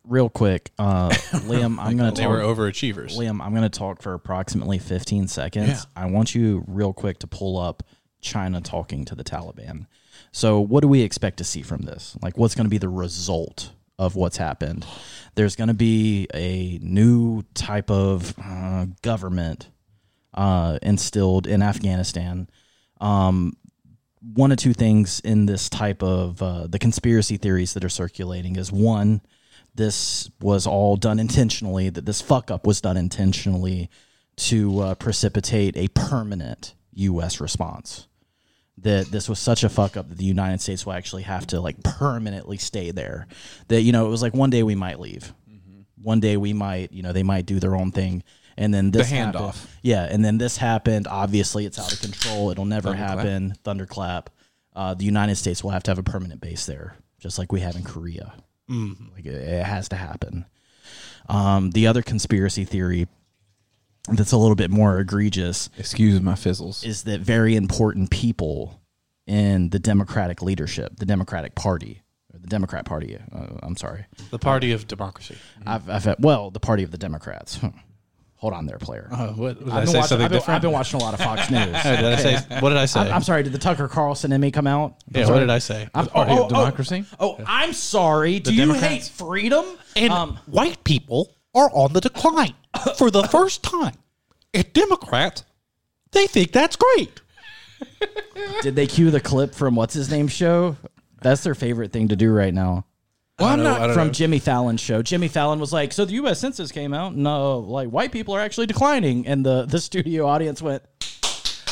Speaker 1: Real quick, uh, Liam, I'm gonna
Speaker 3: they were
Speaker 1: talk.
Speaker 3: overachievers.
Speaker 1: Liam, I'm gonna talk for approximately 15 seconds.
Speaker 2: Yeah.
Speaker 1: I want you real quick to pull up China talking to the Taliban. So, what do we expect to see from this? Like, what's going to be the result of what's happened? There's going to be a new type of uh, government uh, instilled in Afghanistan. Um, one or two things in this type of uh, the conspiracy theories that are circulating is one, this was all done intentionally, that this fuck up was done intentionally to uh, precipitate a permanent U.S. response. That this was such a fuck up that the United States will actually have to like permanently stay there. That, you know, it was like one day we might leave. One day we might, you know, they might do their own thing. And then this happened.
Speaker 2: handoff.
Speaker 1: Yeah, and then this happened. Obviously, it's out of control. It'll never happen. Thunderclap. Uh, the United States will have to have a permanent base there, just like we had in Korea. Like it, it has to happen. Um, the other conspiracy theory that's a little bit more egregious
Speaker 2: Excuse my fizzles.
Speaker 1: is that very important people in the Democratic leadership, the Democratic Party, or the Democrat Party. Uh, I'm sorry.
Speaker 3: The party of democracy.
Speaker 1: I've, I've had, well, the Party of the Democrats. Hmm. Hold on there, player.
Speaker 3: Oh, what, did I,
Speaker 1: I've, been
Speaker 3: say
Speaker 1: watching,
Speaker 3: something
Speaker 1: I've, been,
Speaker 3: different?
Speaker 1: I've been watching a lot of Fox News.
Speaker 3: Did I say, what did I say?
Speaker 1: I'm, I'm sorry. Did the Tucker Carlson in me come out? I'm
Speaker 3: yeah, what
Speaker 1: sorry.
Speaker 3: did I say?
Speaker 1: I'm,
Speaker 2: Party
Speaker 1: oh,
Speaker 2: of
Speaker 1: oh, oh.
Speaker 2: Democracy?
Speaker 1: Oh, I'm sorry. Do you hate
Speaker 3: Democrats?
Speaker 1: freedom?
Speaker 7: and
Speaker 3: Um,
Speaker 7: white people are on the decline for the first time. And Democrats, they think that's great.
Speaker 1: Did they cue the clip from what's his name show? That's their favorite thing to do right now.
Speaker 3: well, I'm
Speaker 1: Not from Jimmy Fallon's show. Jimmy Fallon was like, "So the U.S. Census came out, no, like white people are actually declining," and the the studio audience went.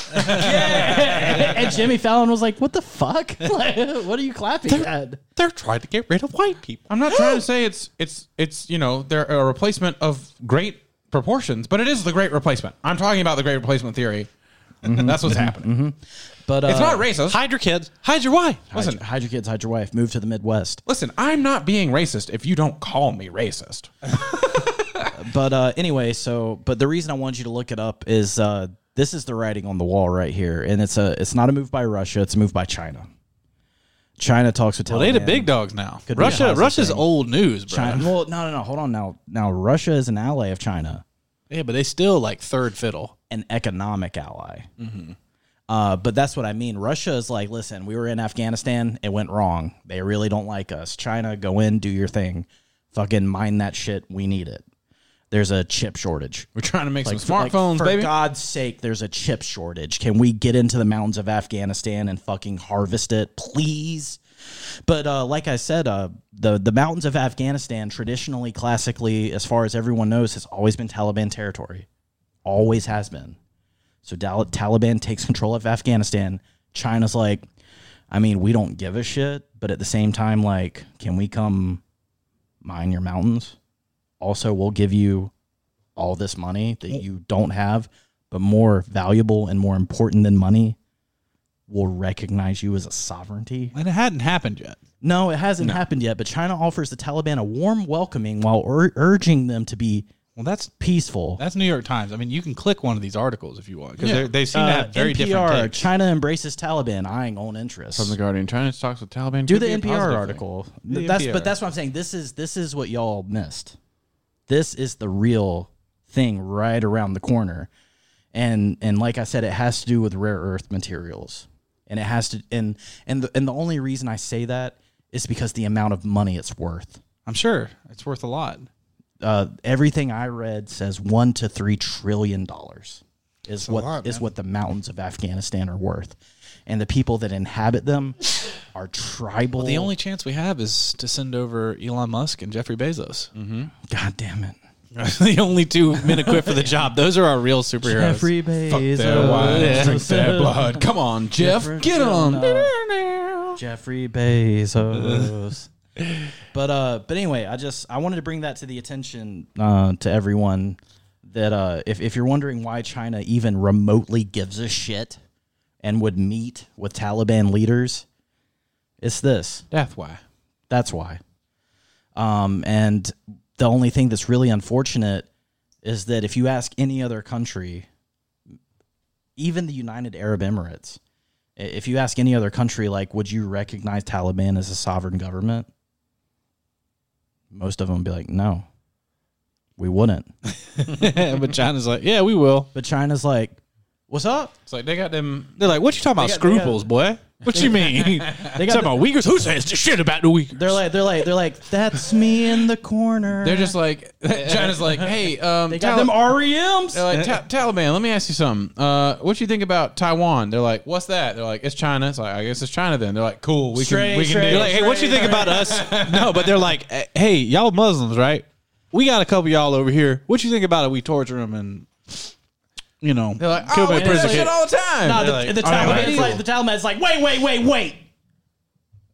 Speaker 1: yeah. And Jimmy Fallon was like, "What the fuck? Like, what are you clapping at?"
Speaker 7: They're trying to get rid of white people.
Speaker 2: I'm not trying to say it's it's it's you know they're a replacement of great proportions, but it is the great replacement. I'm talking about the great replacement theory. That's what's happening.
Speaker 1: But uh,
Speaker 2: It's not racist.
Speaker 7: Hide your kids, hide your wife.
Speaker 1: hide-
Speaker 2: listen.
Speaker 1: hide your kids, hide your wife, move to the Midwest.
Speaker 2: Listen, I'm not being racist if you don't call me racist.
Speaker 1: But uh, anyway, so but the reason I wanted you to look it up is uh, this is the writing on the wall right here, and it's a it's not a move by Russia, it's a move by China. China talks with Taliban.
Speaker 3: Well, they the big dogs now.
Speaker 1: Oh, Could be a
Speaker 3: Russia,
Speaker 1: housing
Speaker 3: Russia's
Speaker 1: thing.
Speaker 3: old news, bro.
Speaker 1: China. Well, no, no, no. Hold on now. Now Russia is an ally of China,
Speaker 3: Yeah, but they still like third fiddle.
Speaker 1: an economic ally.
Speaker 3: Mm-hmm.
Speaker 1: Uh, but that's what I mean. Russia is like, listen, we were in Afghanistan, it went wrong. They really don't like us. China, go in, do your thing, fucking mine that shit. We need it. There's a chip shortage.
Speaker 2: We're trying to make
Speaker 1: Like,
Speaker 2: some smartphones,
Speaker 1: like, for
Speaker 2: baby.
Speaker 1: God's sake, there's a chip shortage. Can we get into the mountains of Afghanistan and fucking harvest it, please? But uh, like I said, uh, the the mountains of Afghanistan traditionally, classically, as far as everyone knows, has always been Taliban territory, always has been. So Dal- Taliban takes control of Afghanistan. China's like, I mean, we don't give a shit, but at the same time, like, can we come mine your mountains? Also, we'll give you all this money that you don't have, but more valuable and more important than money will recognize you as a sovereignty.
Speaker 3: And it hadn't happened yet.
Speaker 1: No, it hasn't happened yet, but China offers the Taliban a warm welcoming while ur- urging them to be
Speaker 3: Well, that's
Speaker 1: peaceful.
Speaker 3: that's New York Times. I mean, you can click one of these articles if you want because they seem
Speaker 7: Uh,
Speaker 3: to
Speaker 1: Uh,
Speaker 3: have very different.
Speaker 1: NPR,
Speaker 3: takes.
Speaker 1: China embraces Taliban, eyeing own interests.
Speaker 2: From the Guardian, China talks with Taliban.
Speaker 1: Do
Speaker 2: Could
Speaker 1: the
Speaker 2: be a
Speaker 1: NPR
Speaker 2: positive
Speaker 1: article.
Speaker 3: The
Speaker 1: that's
Speaker 3: NPR.
Speaker 1: but that's what I'm saying. This is this is what y'all missed. This is the real thing right around the corner. And and like I said, it has to do with rare earth materials. And it has to and and the, and the only reason I say that is because the amount of money it's worth.
Speaker 3: I'm sure it's worth a lot.
Speaker 1: Uh, everything I read says one to three trillion dollars is what is
Speaker 8: lot, man.
Speaker 1: what the mountains of Afghanistan are worth, and the people that inhabit them are tribal.
Speaker 3: The only chance we have is to send over Elon Musk and Jeffrey Bezos.
Speaker 1: God damn it.
Speaker 3: the only two men equipped for the job. Those are our real superheroes.
Speaker 1: Jeffrey
Speaker 2: thing. Their wives drink their
Speaker 1: Bezos.
Speaker 2: blood. Come on, Jeff,
Speaker 1: Jeffrey
Speaker 2: get on.
Speaker 1: Jeffrey Bezos. but uh, but anyway, I just I wanted to bring that to the attention uh, to everyone that uh, if if you're wondering why China even remotely gives a shit and would meet with Taliban leaders, it's this.
Speaker 2: Death, why?
Speaker 1: That's why. Um, and the only thing that's really unfortunate is that if you ask any other country, even the United Arab Emirates, i- if you ask any other country, like, would you recognize Taliban as a sovereign government? Most of them would be like, no, we wouldn't.
Speaker 3: but China's like, yeah, we will.
Speaker 1: But China's like, what's up?
Speaker 2: It's like they got them.
Speaker 3: They're like, what you talking about?
Speaker 1: got- they got-
Speaker 3: scruples, boy. What you mean?
Speaker 1: They
Speaker 3: talking
Speaker 1: the-
Speaker 3: about Uyghurs? Who says this shit about the Uyghurs?
Speaker 1: they're like, they're like, they're like, that's me in the corner.
Speaker 2: They're just like China's like, hey, um,
Speaker 1: they got them E REMs.
Speaker 2: They're like, "Ta- Taliban, let me ask you something. Uh, what you think about Taiwan? They're like, what's that? They're like, it's China. It's like, I guess it's China then. They're like, cool. We
Speaker 1: Straight,
Speaker 2: can, we can
Speaker 1: straight.
Speaker 2: do
Speaker 3: You're
Speaker 2: it.
Speaker 3: like, hey, what you think about us? No, but they're like, eh, hey, y'all Muslims, right? We got a couple y'all over here. What you think about it? We torture them and, you know,
Speaker 2: They're like,
Speaker 3: kill
Speaker 2: oh,
Speaker 3: my
Speaker 2: we do
Speaker 3: prison
Speaker 2: that shit
Speaker 3: kids."
Speaker 2: all the time.
Speaker 1: No, the,
Speaker 3: like,
Speaker 1: the
Speaker 3: all right,
Speaker 1: Taliban's
Speaker 3: cool.
Speaker 1: like the Taliban's like, wait, wait, wait, wait.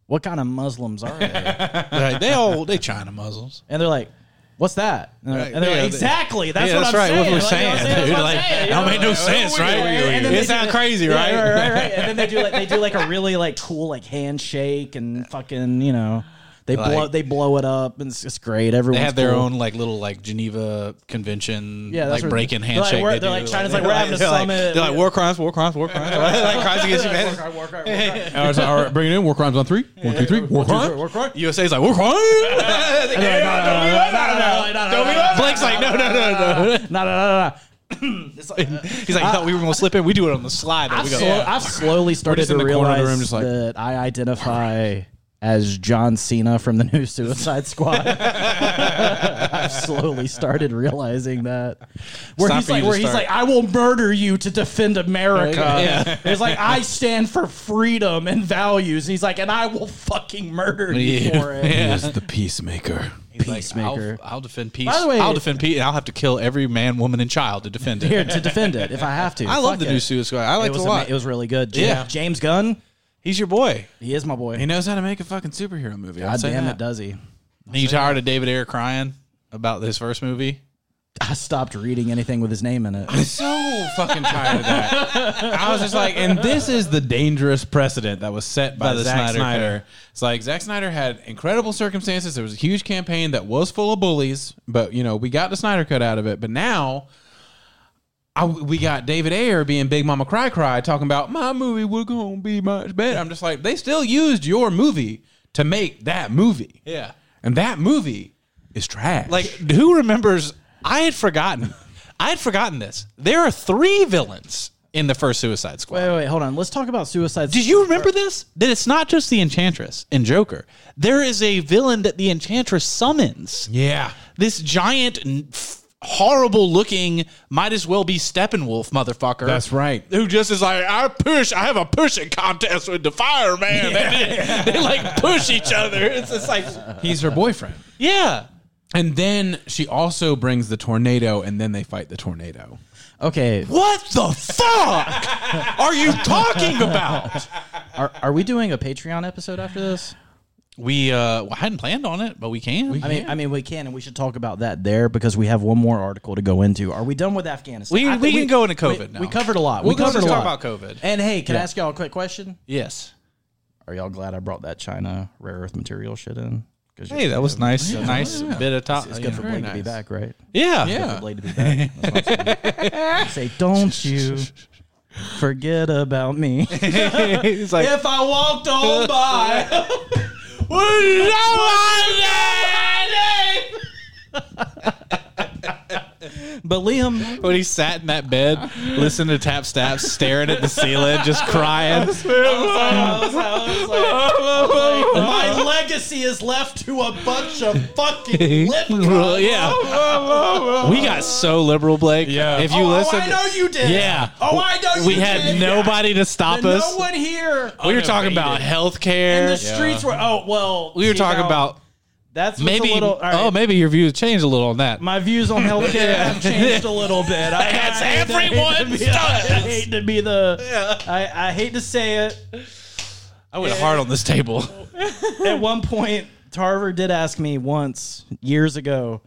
Speaker 1: What kind of Muslims are they?
Speaker 3: Like, they all they China Muslims.
Speaker 1: and they're like, what's that? And they're,
Speaker 3: Right,
Speaker 1: and they're
Speaker 3: yeah,
Speaker 1: like,
Speaker 3: they-
Speaker 1: exactly. That's
Speaker 3: yeah,
Speaker 1: what
Speaker 3: that's
Speaker 1: I'm
Speaker 3: right.
Speaker 1: saying.
Speaker 3: What
Speaker 1: Like, you know what I'm saying? That's
Speaker 3: we're saying, dude.
Speaker 1: what I'm
Speaker 3: Like,
Speaker 1: saying, you
Speaker 3: that
Speaker 1: know?
Speaker 3: don't make no
Speaker 1: Yeah,
Speaker 3: sense, right?
Speaker 1: And then
Speaker 3: It
Speaker 1: they
Speaker 3: sound
Speaker 1: do-
Speaker 3: crazy,
Speaker 1: yeah,
Speaker 3: right?
Speaker 1: right, right, right. And then they do like they do like a really like cool like handshake and fucking you know they blow
Speaker 3: Like-
Speaker 1: they blow it up and it's, it's great. Everyone's
Speaker 3: They have their
Speaker 1: cool.
Speaker 3: own like little like Geneva convention,
Speaker 1: Yeah, that's
Speaker 3: like
Speaker 1: what-
Speaker 3: break in
Speaker 1: they're like,
Speaker 3: handshake.
Speaker 1: we're-
Speaker 3: they
Speaker 1: they're
Speaker 3: do.
Speaker 1: like, China's like, we're having a
Speaker 3: they're like-
Speaker 1: summit.
Speaker 3: they're like war crimes, war crimes, war crimes, like crimes against humanity.
Speaker 2: All right, so, all right, bring it in. War crimes on three. One, two, three. War crime. War crime.
Speaker 3: USA's like war crimes. Blake's like, no, no, no, no.
Speaker 1: No, no, no, no.
Speaker 3: He's like, he thought we were gonna slip in. We do it on the slide. There
Speaker 1: I've,
Speaker 3: we go.
Speaker 1: slo- I've slowly started
Speaker 2: just in
Speaker 1: to
Speaker 2: the corner of
Speaker 1: realize
Speaker 2: the room just like-
Speaker 1: that I identify as John Cena from the new Suicide Squad. I've slowly started realizing that. Where
Speaker 3: time
Speaker 1: he's
Speaker 3: for
Speaker 1: like,
Speaker 3: you to
Speaker 1: where he's
Speaker 3: start.
Speaker 1: like, I will murder you to defend America.
Speaker 3: Yeah.
Speaker 1: He's like, I stand for freedom and values. He's like, and I will fucking murder you
Speaker 3: Yeah.
Speaker 1: for it.
Speaker 2: Is the peacemaker.
Speaker 1: Peacemaker.
Speaker 3: I'll, I'll defend peace.
Speaker 1: By the way-
Speaker 3: I'll defend peace. and I'll have to kill every man, woman, and child to defend it.
Speaker 1: Here to defend it if I have to.
Speaker 3: I love
Speaker 1: Fuck
Speaker 3: the
Speaker 1: it.
Speaker 3: new Suicide Squad. I
Speaker 1: It
Speaker 3: liked it
Speaker 1: was
Speaker 3: a
Speaker 1: ama-
Speaker 3: lot.
Speaker 1: it was really good. James,
Speaker 3: Yeah.
Speaker 1: James Gunn,
Speaker 3: He's your boy.
Speaker 1: he is my boy.
Speaker 2: He knows how to make a fucking superhero movie. I'll
Speaker 1: God
Speaker 2: say
Speaker 1: damn
Speaker 2: that.
Speaker 1: it, does he?
Speaker 3: Are you tired of David Ayer crying about his first movie?
Speaker 1: I stopped reading anything with his name in it.
Speaker 2: so fucking tired of that. I was just like, and this is the dangerous precedent that was set by,
Speaker 3: By the
Speaker 2: Zack Snyder.
Speaker 3: Snyder
Speaker 2: It's like Zack Snyder had incredible circumstances. There was a huge campaign that was full of bullies, but you know we got the Snyder cut out of it. But now. I, we got David Ayer being Big Mama Cry Cry talking about my movie was gonna be much better. I'm just like they still used your movie to make that movie,
Speaker 3: Yeah.
Speaker 2: and that movie is trash.
Speaker 3: Like, who remembers? I had forgotten. I had forgotten this. There are three villains in the first Suicide Squad.
Speaker 1: Wait, wait, hold on. Let's talk about Suicide.
Speaker 3: Did you remember this? That it's not just the Enchantress and Joker. There is a villain that the Enchantress summons.
Speaker 2: yeah,
Speaker 3: This giant, n- f- horrible looking, might as well be Steppenwolf motherfucker.
Speaker 2: That's right.
Speaker 3: Who just is like, I push, I have a pushing contest with the fireman. And they, they like push each other. It's just like,
Speaker 2: he's her boyfriend.
Speaker 3: yeah.
Speaker 2: And then she also brings the tornado, and then they fight the tornado.
Speaker 1: Okay,
Speaker 3: What the fuck are you talking about?
Speaker 1: are, are we doing a Patreon episode after this?
Speaker 3: We uh, well, I hadn't planned on it, but we can.
Speaker 1: I mean, I mean, we can, and we should talk about that there because we have one more article to go into. Are we done with Afghanistan?
Speaker 3: We-
Speaker 1: I think
Speaker 3: we can go into COVID
Speaker 1: we,
Speaker 3: now.
Speaker 1: We covered a lot.
Speaker 3: We'll
Speaker 1: we
Speaker 3: go
Speaker 1: covered a
Speaker 3: talk
Speaker 1: lot
Speaker 3: about COVID.
Speaker 1: And hey, can I ask y'all a quick question?
Speaker 3: yes.
Speaker 1: Are y'all glad I brought that China rare earth material shit in? Because
Speaker 3: Hey, that was nice. nice bit of top.
Speaker 1: it's good for
Speaker 3: yeah.
Speaker 1: Blade to be back, right?
Speaker 3: yeah.
Speaker 1: For Blade to be back. That's what I'm saying. Say, don't you forget about me.
Speaker 3: He's like,
Speaker 1: if I walked on by. But Liam,
Speaker 3: when he sat in that bed, listening to tap staps, staring at the ceiling, just crying.
Speaker 1: my legacy is left to a bunch of fucking lip
Speaker 3: Well, yeah, we got so liberal, Blake.
Speaker 2: Yeah.
Speaker 3: if you
Speaker 1: oh,
Speaker 3: listen,
Speaker 1: I know you did.
Speaker 3: yeah,
Speaker 1: Oh, I know you
Speaker 3: we had
Speaker 1: did.
Speaker 3: nobody to stop
Speaker 1: And
Speaker 3: us.
Speaker 1: No one here.
Speaker 3: we were talking about
Speaker 1: And the
Speaker 3: healthcare.
Speaker 1: streets were. Oh well.
Speaker 3: We were
Speaker 1: see,
Speaker 3: talking
Speaker 1: now,
Speaker 3: about
Speaker 1: that's what's
Speaker 3: maybe.
Speaker 1: A little, all right,
Speaker 3: Oh, maybe your views changed a little on that.
Speaker 1: My views on healthcare have changed a little bit. I,
Speaker 3: That's
Speaker 1: I hate to-
Speaker 3: everyone's
Speaker 1: I hate to be- I
Speaker 3: does.
Speaker 1: hate to be the. I, I hate to say it.
Speaker 3: I went hard on this table.
Speaker 1: At one point, Tarver did ask me once years ago,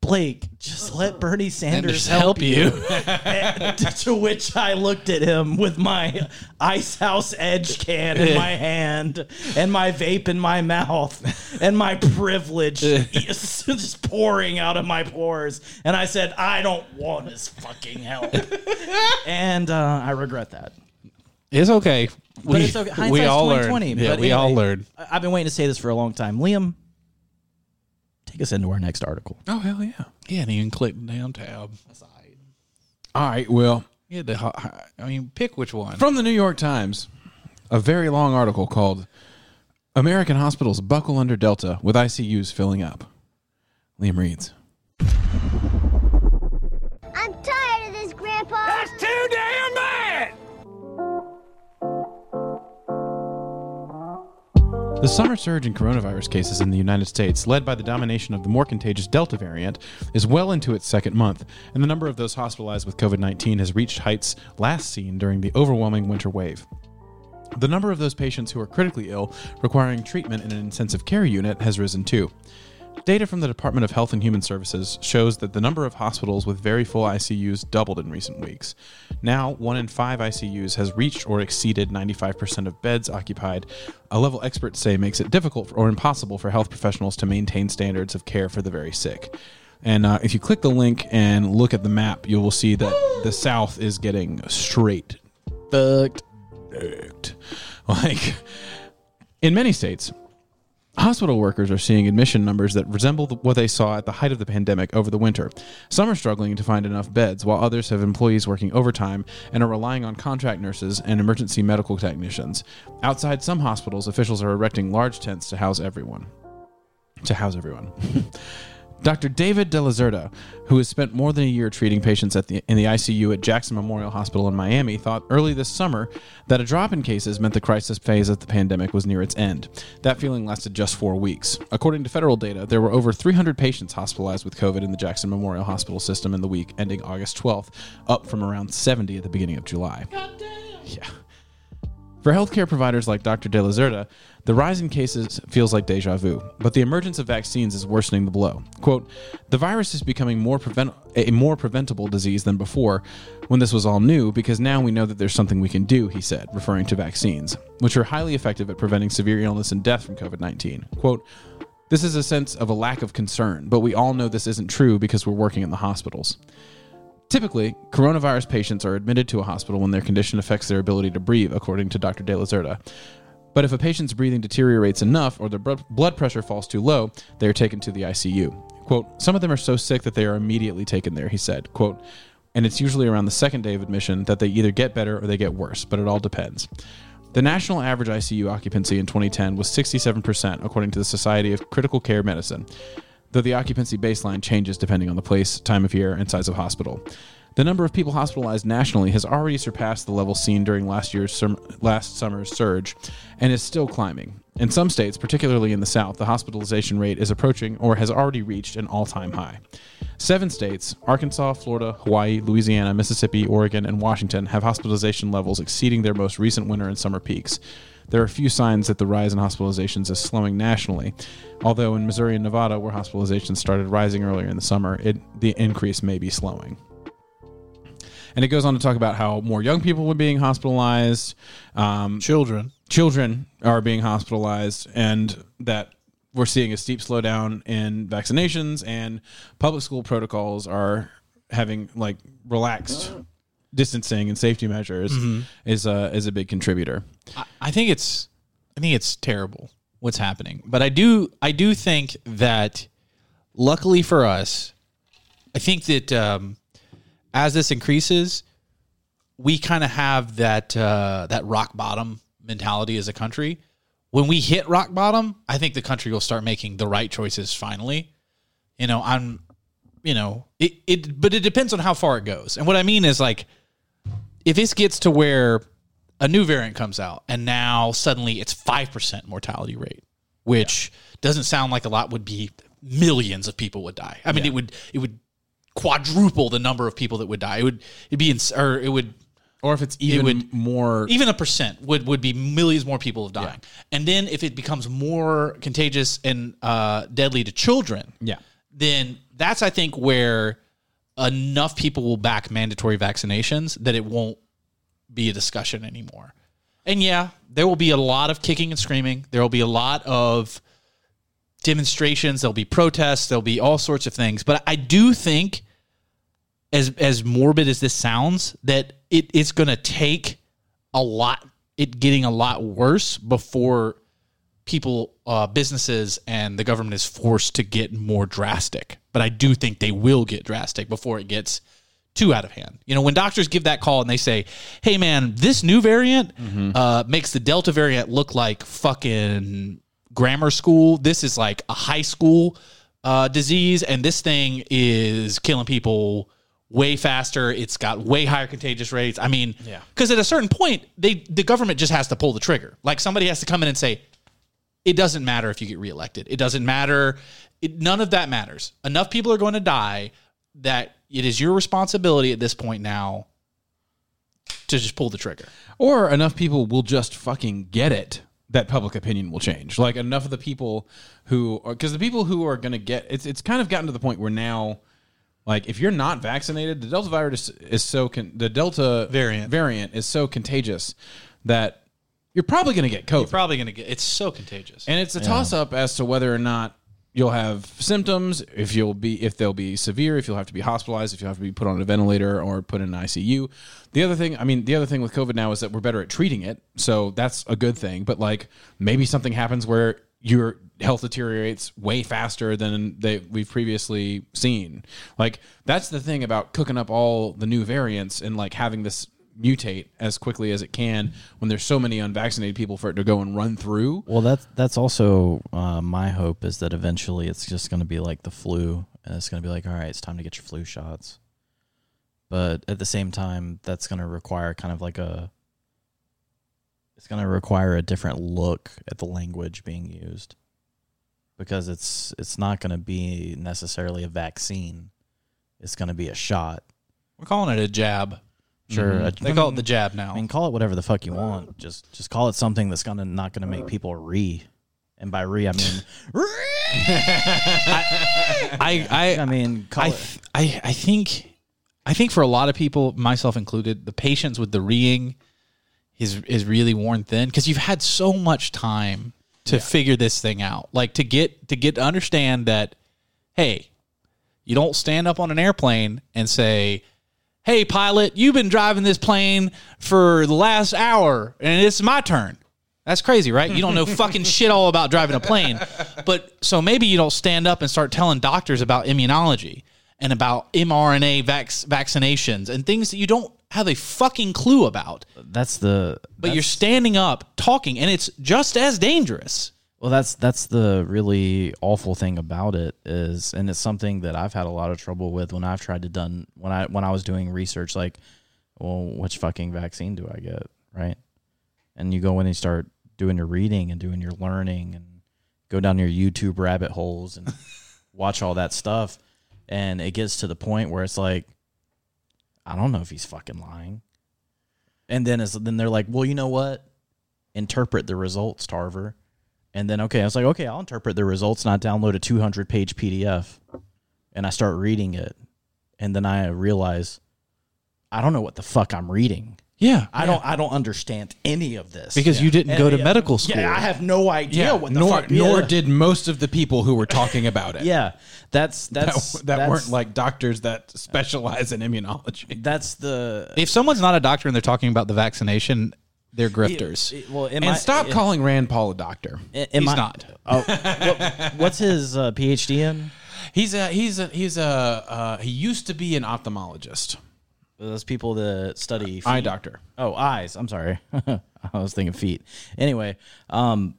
Speaker 1: Blake, just let Bernie Sanders
Speaker 3: Just help you.
Speaker 1: to which I looked at him with my ice house edge can in my hand and my vape in my mouth and my privilege just pouring out of my pores. And I said, I don't want his fucking help. and uh, I regret that.
Speaker 3: It's okay.
Speaker 1: But it's okay. Hindsight's
Speaker 3: we all
Speaker 1: 2020,
Speaker 3: learned. Yeah,
Speaker 1: but
Speaker 3: we all
Speaker 1: anyway.
Speaker 3: learned.
Speaker 1: I- I've been waiting to say this for a long time. Liam, take us into our next article.
Speaker 2: Oh hell yeah!
Speaker 3: Yeah, and even click down tab.
Speaker 2: All right, well,
Speaker 3: You had to, ho- ho- I mean, pick which one.
Speaker 2: from the New York Times, a very long article called "American Hospitals Buckle Under Delta with ICUs Filling Up." Liam reads.
Speaker 8: I'm tired of this, Grandpa. That's too damn bad!
Speaker 2: The summer surge in coronavirus cases in the United States, led by the domination of the more contagious Delta variant, is well into its second month, and the number of those hospitalized with COVID 19 has reached heights last seen during the overwhelming winter wave. The number of those patients who are critically ill requiring treatment in an intensive care unit has risen too. Data from the Department of Health and Human Services shows that the number of hospitals with very full ICUs doubled in recent weeks. Now, one in five ICUs has reached or exceeded 95% of beds occupied, a level experts say makes it difficult or impossible for health professionals to maintain standards of care for the very sick. And uh, if you click the link and look at the map, you will see that the South is getting straight fucked. fucked. Like, in many states, Hospital workers are seeing admission numbers that resemble the- what they saw at the height of the pandemic over the winter. Some are struggling to find enough beds, while others have employees working overtime and are relying on contract nurses and emergency medical technicians. Outside some hospitals, officials are erecting large tents to house everyone. To house everyone. Dr. David De Lazerda, who has spent more than a year treating patients at the, in the ICU at Jackson Memorial Hospital in Miami, thought early this summer that a drop in cases meant the crisis phase of the pandemic was near its end. That feeling lasted just four weeks. According to federal data, there were over 300 patients hospitalized with COVID in the Jackson Memorial Hospital system in the week ending August 12th, up from around 70 at the beginning of July. Yeah. For healthcare providers like Dr. De La Zerda, the rise in cases feels like deja vu, but the emergence of vaccines is worsening the blow. Quote, the virus is becoming more prevent- a more preventable disease than before when this was all new because now we know that there's something we can do, he said, referring to vaccines, which are highly effective at preventing severe illness and death from COVID 19. Quote, this is a sense of a lack of concern, but we all know this isn't true because we're working in the hospitals. Typically, coronavirus patients are admitted to a hospital when their condition affects their ability to breathe, according to Dr. De La Zerda. But if a patient's breathing deteriorates enough or their bro- blood pressure falls too low, they are taken to the ICU. Quote, some of them are so sick that they are immediately taken there, he said. Quote, and it's usually around the second day of admission that they either get better or they get worse, but it all depends. The national average ICU occupancy in 2010 was 67%, according to the Society of Critical Care Medicine though the occupancy baseline changes depending on the place, time of year, and size of hospital. The number of people hospitalized nationally has already surpassed the level seen during last year's sum- last summer's surge and is still climbing. In some states, particularly in the South, the hospitalization rate is approaching or has already reached an all-time high. Seven states, Arkansas, Florida, Hawaii, Louisiana, Mississippi, Oregon, and Washington have hospitalization levels exceeding their most recent winter and summer peaks. There are few signs that the rise in hospitalizations is slowing nationally. Although in Missouri and Nevada, where hospitalizations started rising earlier in the summer, it, the increase may be slowing. And it goes on to talk about how more young people were being hospitalized, um,
Speaker 3: Children.
Speaker 2: children are being hospitalized and that we're seeing a steep slowdown in vaccinations and public school protocols are having like relaxed distancing and safety measures is a is a big contributor.
Speaker 3: I, I think it's I think it's terrible what's happening. But I do I do think that luckily for us, I think that um, as this increases, we kind of have that uh, that rock bottom mentality as a country. When we hit rock bottom, I think the country will start making the right choices finally. You know, I'm you know, it, it but it depends on how far it goes. And what I mean is like if this gets to where a new variant comes out and now suddenly it's 5% mortality rate which doesn't sound like a lot would be millions of people would die i mean it would it would quadruple the number of people that would die it would it'd be ins- or it would
Speaker 2: Or if it's even
Speaker 3: would- e-
Speaker 2: more
Speaker 3: even a percent would would be millions more people of dying and then if it becomes more contagious and uh, deadly to children
Speaker 2: Yeah.
Speaker 3: then that's i think where enough people will back mandatory vaccinations that it won't be a discussion anymore and yeah there will be a lot of kicking and screaming there will be a lot of demonstrations there'll be protests there'll be all sorts of things but i do think as as morbid as this sounds, that it, it's going to take a lot, it getting a lot worse before people, uh, businesses, and the government is forced to get more drastic. But I do think they will get drastic before it gets too out of hand. You know, when doctors give that call and they say, "Hey, man, this new variant uh, makes the Delta variant look like fucking grammar school. This is like a high school uh, disease, and this thing is killing people." Way faster. It's got way higher contagious rates. I mean, because at a certain point, they the government just has to pull the trigger. Like somebody has to come in and say, it doesn't matter if you get reelected. It doesn't matter. It, none of that matters. Enough people are going to die that it is your responsibility at this point now to just pull the trigger.
Speaker 2: or enough people will just fucking get it that public opinion will change. Like enough of the people who are because the people who are going to get it's it's kind of gotten to the point where now like if you're not vaccinated, the Delta virus is, is so con- the Delta
Speaker 3: Variant.
Speaker 2: variant is so contagious that you're probably going to get COVID.
Speaker 3: Probably going to get. It's so contagious.
Speaker 2: And it's a toss up as to whether or not you'll have symptoms, if you'll be if they'll be severe, if you'll have to be hospitalized, if you'll have to be put on a ventilator or put in an ICU. The other thing, I mean, the other thing with COVID now is that we're better at treating it. So that's a good thing, but like maybe something happens where your health deteriorates way faster than they we've previously seen. Like that's the thing about cooking up all the new variants and like having this mutate as quickly as it can when there's so many unvaccinated people for it to go and run through.
Speaker 1: Well, that's that's also uh, my hope is that eventually it's just going to be like the flu, and it's going to be like, all right, it's time to get your flu shots. But at the same time, that's going to require kind of like a. It's going to require a different look at the language being used, because it's it's not going to be necessarily a vaccine. It's going to be a shot.
Speaker 3: We're calling it a jab.
Speaker 1: Sure, a-
Speaker 3: They call it the jab
Speaker 1: I
Speaker 3: now.
Speaker 1: mean, call it whatever the fuck you want. Just just call it something that's gonna not gonna make people re. And by re, I mean
Speaker 3: I I
Speaker 1: I mean call
Speaker 3: I,
Speaker 1: it.
Speaker 3: th- I I think I think for a lot of people, myself included, the patience with the reeing is is really worn thin because you've had so much time to figure this thing out, like to get to get to understand that hey, you don't stand up on an airplane and say. Hey pilot, you've been driving this plane for the last hour and it's my turn. That's crazy, right? You don't know fucking shit all about driving a plane. But so maybe you don't stand up and start telling doctors about immunology and about mRNA vac- vaccinations and things that you don't have a fucking clue about.
Speaker 1: That's the.
Speaker 3: But you're standing up talking and it's just as dangerous.
Speaker 1: Well, that's that's the really awful thing about it is, and it's something that I've had a lot of trouble with when I've tried to done when I when I was doing research, like, well, which fucking vaccine do I get, right? And you go in and start doing your reading and doing your learning and go down your YouTube rabbit holes and watch all that stuff, and it gets to the point where it's like, I don't know if he's fucking lying, and then it's then they're like, well, you know what? interpret the results, Tarver. And then okay, I was like, okay, I'll interpret the results, and I download a 200 page PDF, and I start reading it, and then I realize, I don't know what the fuck I'm reading.
Speaker 3: Yeah.
Speaker 1: I don't. I don't understand any of this
Speaker 3: Because you didn't
Speaker 1: And-
Speaker 3: go to
Speaker 1: yeah.
Speaker 3: medical school.
Speaker 1: Yeah, I have no idea
Speaker 2: Yeah,
Speaker 1: what the
Speaker 2: nor
Speaker 1: fuck.
Speaker 2: nor
Speaker 1: yeah.
Speaker 2: did most of the people who were talking about it.
Speaker 1: Yeah, that's that's
Speaker 2: that,
Speaker 1: that's,
Speaker 2: weren't like doctors that specialize in immunology.
Speaker 1: that's the
Speaker 3: if someone's not a doctor and they're talking about the vaccination, they're grifters.
Speaker 1: It- well,
Speaker 2: And stop calling Rand Paul a doctor.
Speaker 1: Am
Speaker 3: He's
Speaker 1: I-
Speaker 3: not.
Speaker 1: Oh, what- what's his uh, PhD in?
Speaker 2: He's a he's a he's a uh, he used to be an ophthalmologist,
Speaker 1: Those people that study feet.
Speaker 2: eye doctor.
Speaker 1: Oh, eyes. I'm sorry. I was thinking feet. Anyway, um,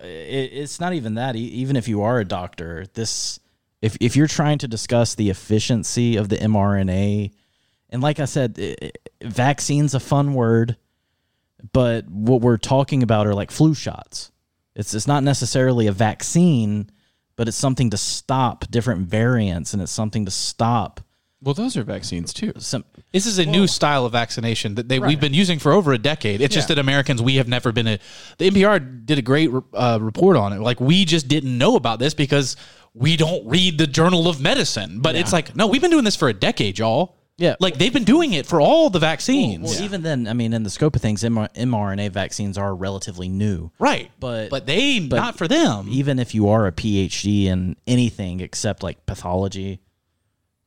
Speaker 1: it, it's not even that. E- Even if you are a doctor, this if if you're trying to discuss the efficiency of the mRNA, and like I said, i i- vaccine's a fun word, but what we're talking about are like flu shots. It's it's not necessarily a vaccine, but it's something to stop different variants, and it's something to stop
Speaker 2: Well, those are vaccines too.
Speaker 1: some.
Speaker 3: This is a new style of vaccination that they we've been using for over a decade. It's just that Americans we have never been a. The NPR did a great uh, report on it. Like we just didn't know about this because we don't read the Journal of Medicine. But it's like no, we've been doing this for a decade, y'all.
Speaker 1: Yeah.
Speaker 3: like they've been doing it for all the vaccines.
Speaker 1: Well, even then, I mean, in the scope of things, MR- mRNA vaccines are relatively new.
Speaker 3: right,
Speaker 1: But-
Speaker 3: but they not for them.
Speaker 1: Even if you are a PhD in anything except like pathology,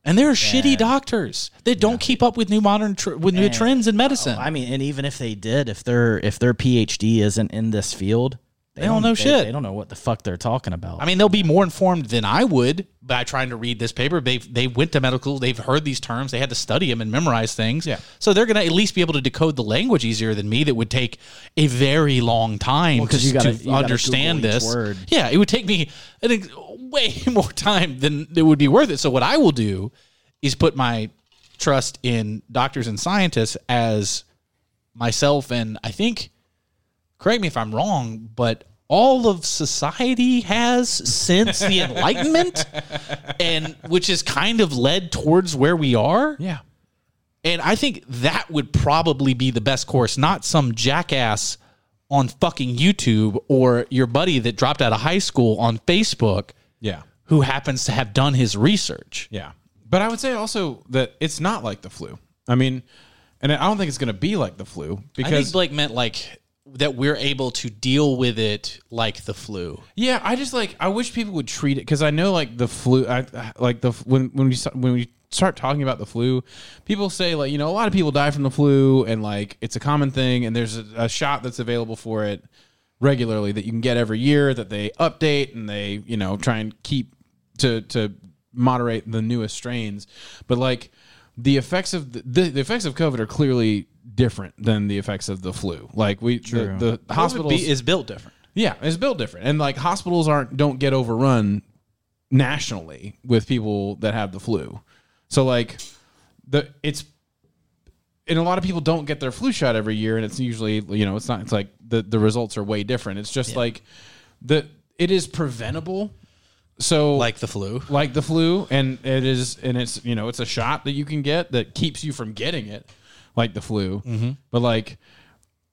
Speaker 3: and they're shitty doctors that don't keep up with new modern tr- with new trends in medicine.
Speaker 1: Oh, I mean, and even if they did, if their if their PhD isn't in this field, they,
Speaker 3: don't know
Speaker 1: they-
Speaker 3: shit.
Speaker 1: They don't know what the fuck they're talking about.
Speaker 3: I mean, they'll be more informed than I would by trying to read this paper. They they went to medical. They've heard these terms. They had to study them and memorize things.
Speaker 2: Yeah.
Speaker 3: So they're going to at least be able to decode the language easier than me. That would take a very long time
Speaker 1: 'cause
Speaker 3: to,
Speaker 1: you gotta- you
Speaker 3: to
Speaker 1: gotta
Speaker 3: understand
Speaker 1: Google each
Speaker 3: this.
Speaker 1: word.
Speaker 3: Yeah, it would take me I think, way more time than it would be worth it. So what I will do is put my trust in doctors and scientists as myself and I think correct me if I'm wrong, but all of society has since the Enlightenment, and which has kind of led towards where we are.
Speaker 2: Yeah,
Speaker 3: And I think that would probably be the best course, not some jackass on fucking YouTube or your buddy that dropped out of high school on Facebook
Speaker 2: yeah,
Speaker 3: who happens to have done his research.
Speaker 2: yeah. But I would say also that it's not like the flu. I mean, and I don't think it's going to be like the flu
Speaker 3: I
Speaker 2: because
Speaker 3: think Blake meant like that we're able to deal with it like the flu.
Speaker 2: Yeah, I just like I wish people would treat it because I know like the flu, I, I- like the when when we st- when we start talking about the flu, people say like you know a lot of people die from the flu and like it's a common thing and there's a, a shot that's available for it regularly that you can get every year that they update and they you know try and keep to to moderate the newest strains, but like the effects of the, the, the effects of COVID are clearly different than the effects of the flu. Like we the, the hospitals
Speaker 3: Be- is built different.
Speaker 2: yeah, it's built different, and like hospitals aren't don't get overrun nationally with people that have the flu. So like the it's and a lot of people don't get their flu shot every year, and it's usually you know it's not it's like the the results are way different. It's just like the it is preventable. So
Speaker 3: Like the flu.
Speaker 2: like the flu and it is and it's you know it's a shot that you can get that keeps you from getting it like the flu
Speaker 3: Mm-hmm.
Speaker 2: but like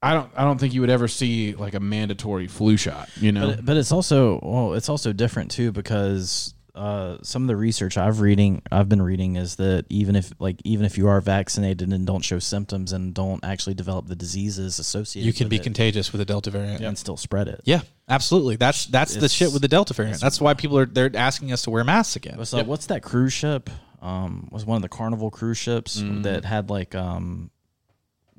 Speaker 2: i don't i don't think you would ever see like a mandatory flu shot you know
Speaker 1: but, but it's also well, it's also different too because uh, some of the research I've reading I've been reading is that even if like even if you are vaccinated and don't show symptoms and don't actually develop the diseases associated,
Speaker 3: you can
Speaker 1: with
Speaker 3: be
Speaker 1: it
Speaker 3: contagious with the Delta variant.
Speaker 1: and still spread it.
Speaker 3: Yeah, absolutely. That's that's the
Speaker 1: It's-
Speaker 3: shit with the Delta variant. That's why people are they're asking us to wear masks again.
Speaker 1: It's like what's that cruise ship? Um, was one of the Carnival cruise ships that had like um,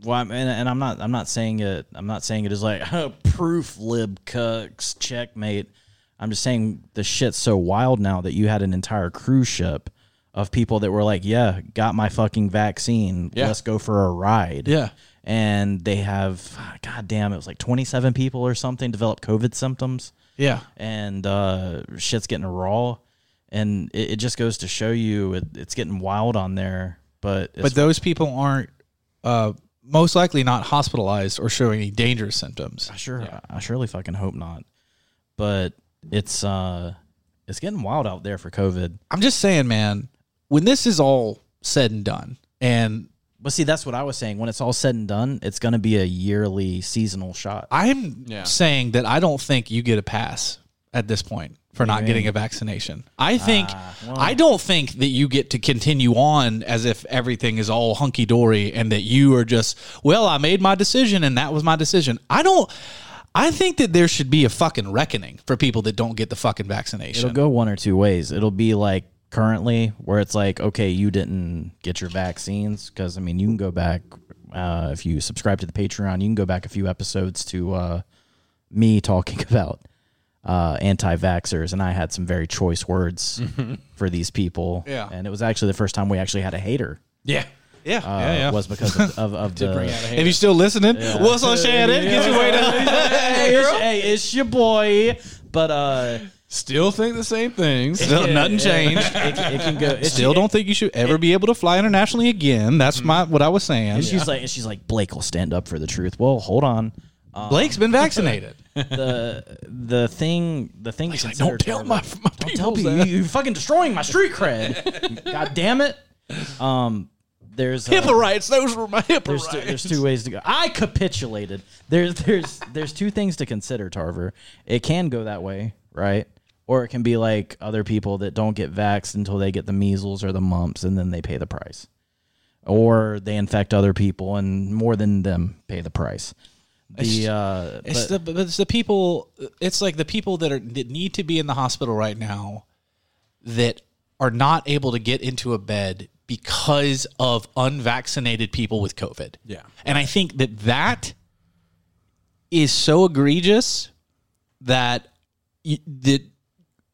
Speaker 1: well, I'm, and, and I'm not I'm not saying it I'm not saying it is like proof lib cucks checkmate. I'm just saying the shit's so wild now that you had an entire cruise ship of people that were like, yeah, got my fucking vaccine. Let's go for a ride.
Speaker 3: Yeah.
Speaker 1: And they have, god damn, it was like 27 people or something developed COVID symptoms
Speaker 3: Yeah.
Speaker 1: and uh, shit's getting raw, and it, it just goes to show you it, it's getting wild on there. But it's,
Speaker 3: But those people aren't uh, most likely not hospitalized or showing any dangerous symptoms.
Speaker 1: I sure, I surely fucking hope not. But it's uh, it's getting wild out there for COVID.
Speaker 3: I'm just saying, man, when this is all said and done and
Speaker 1: But see, that's what I was saying. When it's all said and done, it's going to be a yearly seasonal shot.
Speaker 3: I'm
Speaker 2: Yeah.
Speaker 3: saying that I don't think you get a pass at this point for not getting a vaccination.
Speaker 1: Ah,
Speaker 3: I think I don't think that you get to continue on as if everything is all hunky dory and that you are just well, I made my decision and that was my decision. I don't. I think that there should be a fucking reckoning for people that don't get the fucking vaccination.
Speaker 1: It'll go one or two ways. It'll be like currently where it's like, okay, you didn't get your vaccines because I mean, you can go back uh, if you subscribe to the Patreon, you can go back a few episodes to uh, me talking about uh, anti-vaxxers, and I had some very choice words for these people.
Speaker 3: Yeah.
Speaker 1: and it was actually the first time we actually had a hater.
Speaker 2: Yeah.
Speaker 3: yeah,
Speaker 1: Uh,
Speaker 3: yeah, yeah.
Speaker 1: Was because of, of, of the.
Speaker 3: If you're still listening, what's on Shannon? Get your way to
Speaker 1: Hey, it's, hey, it's your boy. But uh,
Speaker 2: Still think the same things.
Speaker 3: Still nothing changed.
Speaker 1: it, it can go. It's,
Speaker 3: Still don't think you should ever be able to fly internationally again.
Speaker 1: Mm.
Speaker 3: That's my what I was saying.
Speaker 1: And she's like, and she's like, Blake will stand up for the truth. Well, hold on.
Speaker 3: Blake's been vaccinated.
Speaker 1: The thing, the thing. to consider,
Speaker 3: "Don't tell
Speaker 1: Tyler,
Speaker 3: my- my
Speaker 1: don't tell
Speaker 3: peoples
Speaker 1: people.
Speaker 3: that."
Speaker 1: You, are fucking destroying my street cred. God damn it. Um, there's uh,
Speaker 3: HIPAA rights. Those were my HIPAA
Speaker 1: There's two, there's two ways to go. I capitulated. There's there's there's two things to consider, Tarver. It can go that way, right? Or it can be like other people that don't get vaxxed until they get the measles or the mumps and then they pay the price. Or they infect other people and more than them pay the price. The uh
Speaker 3: It's
Speaker 1: but-
Speaker 3: the but it's the people. It's like the people that are that need to be in the hospital right now, that are not able to get into a bed because of unvaccinated people with COVID.
Speaker 2: Yeah.
Speaker 3: and I think that that is so egregious that you, that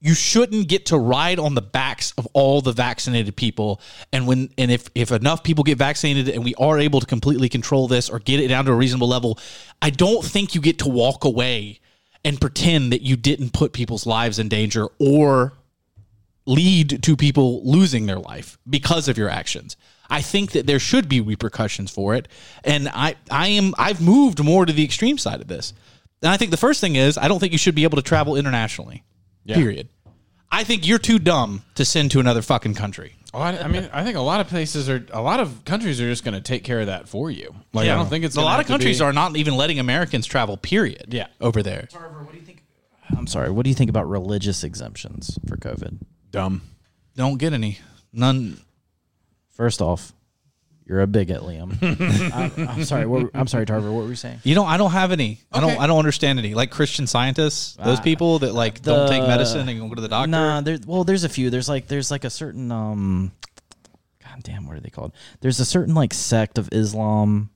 Speaker 3: you shouldn't get to ride on the backs of all the vaccinated people and when and if if enough people get vaccinated and we are able to completely control this or get it down to a reasonable level i don't think you get to walk away and pretend that you didn't put people's lives in danger or lead to people losing their life because of your actions. I think that there should be repercussions for it, and I I am I've moved more to the extreme side of this. And I think the first thing is I don't think you should be able to travel internationally. Period. I think you're too dumb to send to another fucking country.
Speaker 2: A lot- Oh, I mean, I think a lot of places are, a lot of countries are just going to take care of that for you. Like, I don't think it's
Speaker 3: a
Speaker 2: gonna
Speaker 3: lot
Speaker 2: have
Speaker 3: of
Speaker 2: to
Speaker 3: countries
Speaker 2: be-
Speaker 3: are not even letting Americans travel. Period.
Speaker 2: Yeah.
Speaker 3: over there.
Speaker 1: I'm sorry, what do you think about religious exemptions for COVID?
Speaker 2: dumb.
Speaker 3: Don't get any. None.
Speaker 1: First off, you're a bigot, Liam. I'm, I'm sorry. What, I'm sorry, Tarver. What were you saying?
Speaker 3: You know, I don't have any. I don't.
Speaker 2: Okay. Ah.
Speaker 3: I don't understand any. Like Christian scientists, those people that like don't take
Speaker 1: the-
Speaker 3: medicine and go to the doctor.
Speaker 1: Nah, there, well, there's a few. There's like there's like a certain um, god damn, what are they called? There's a certain like sect of Islam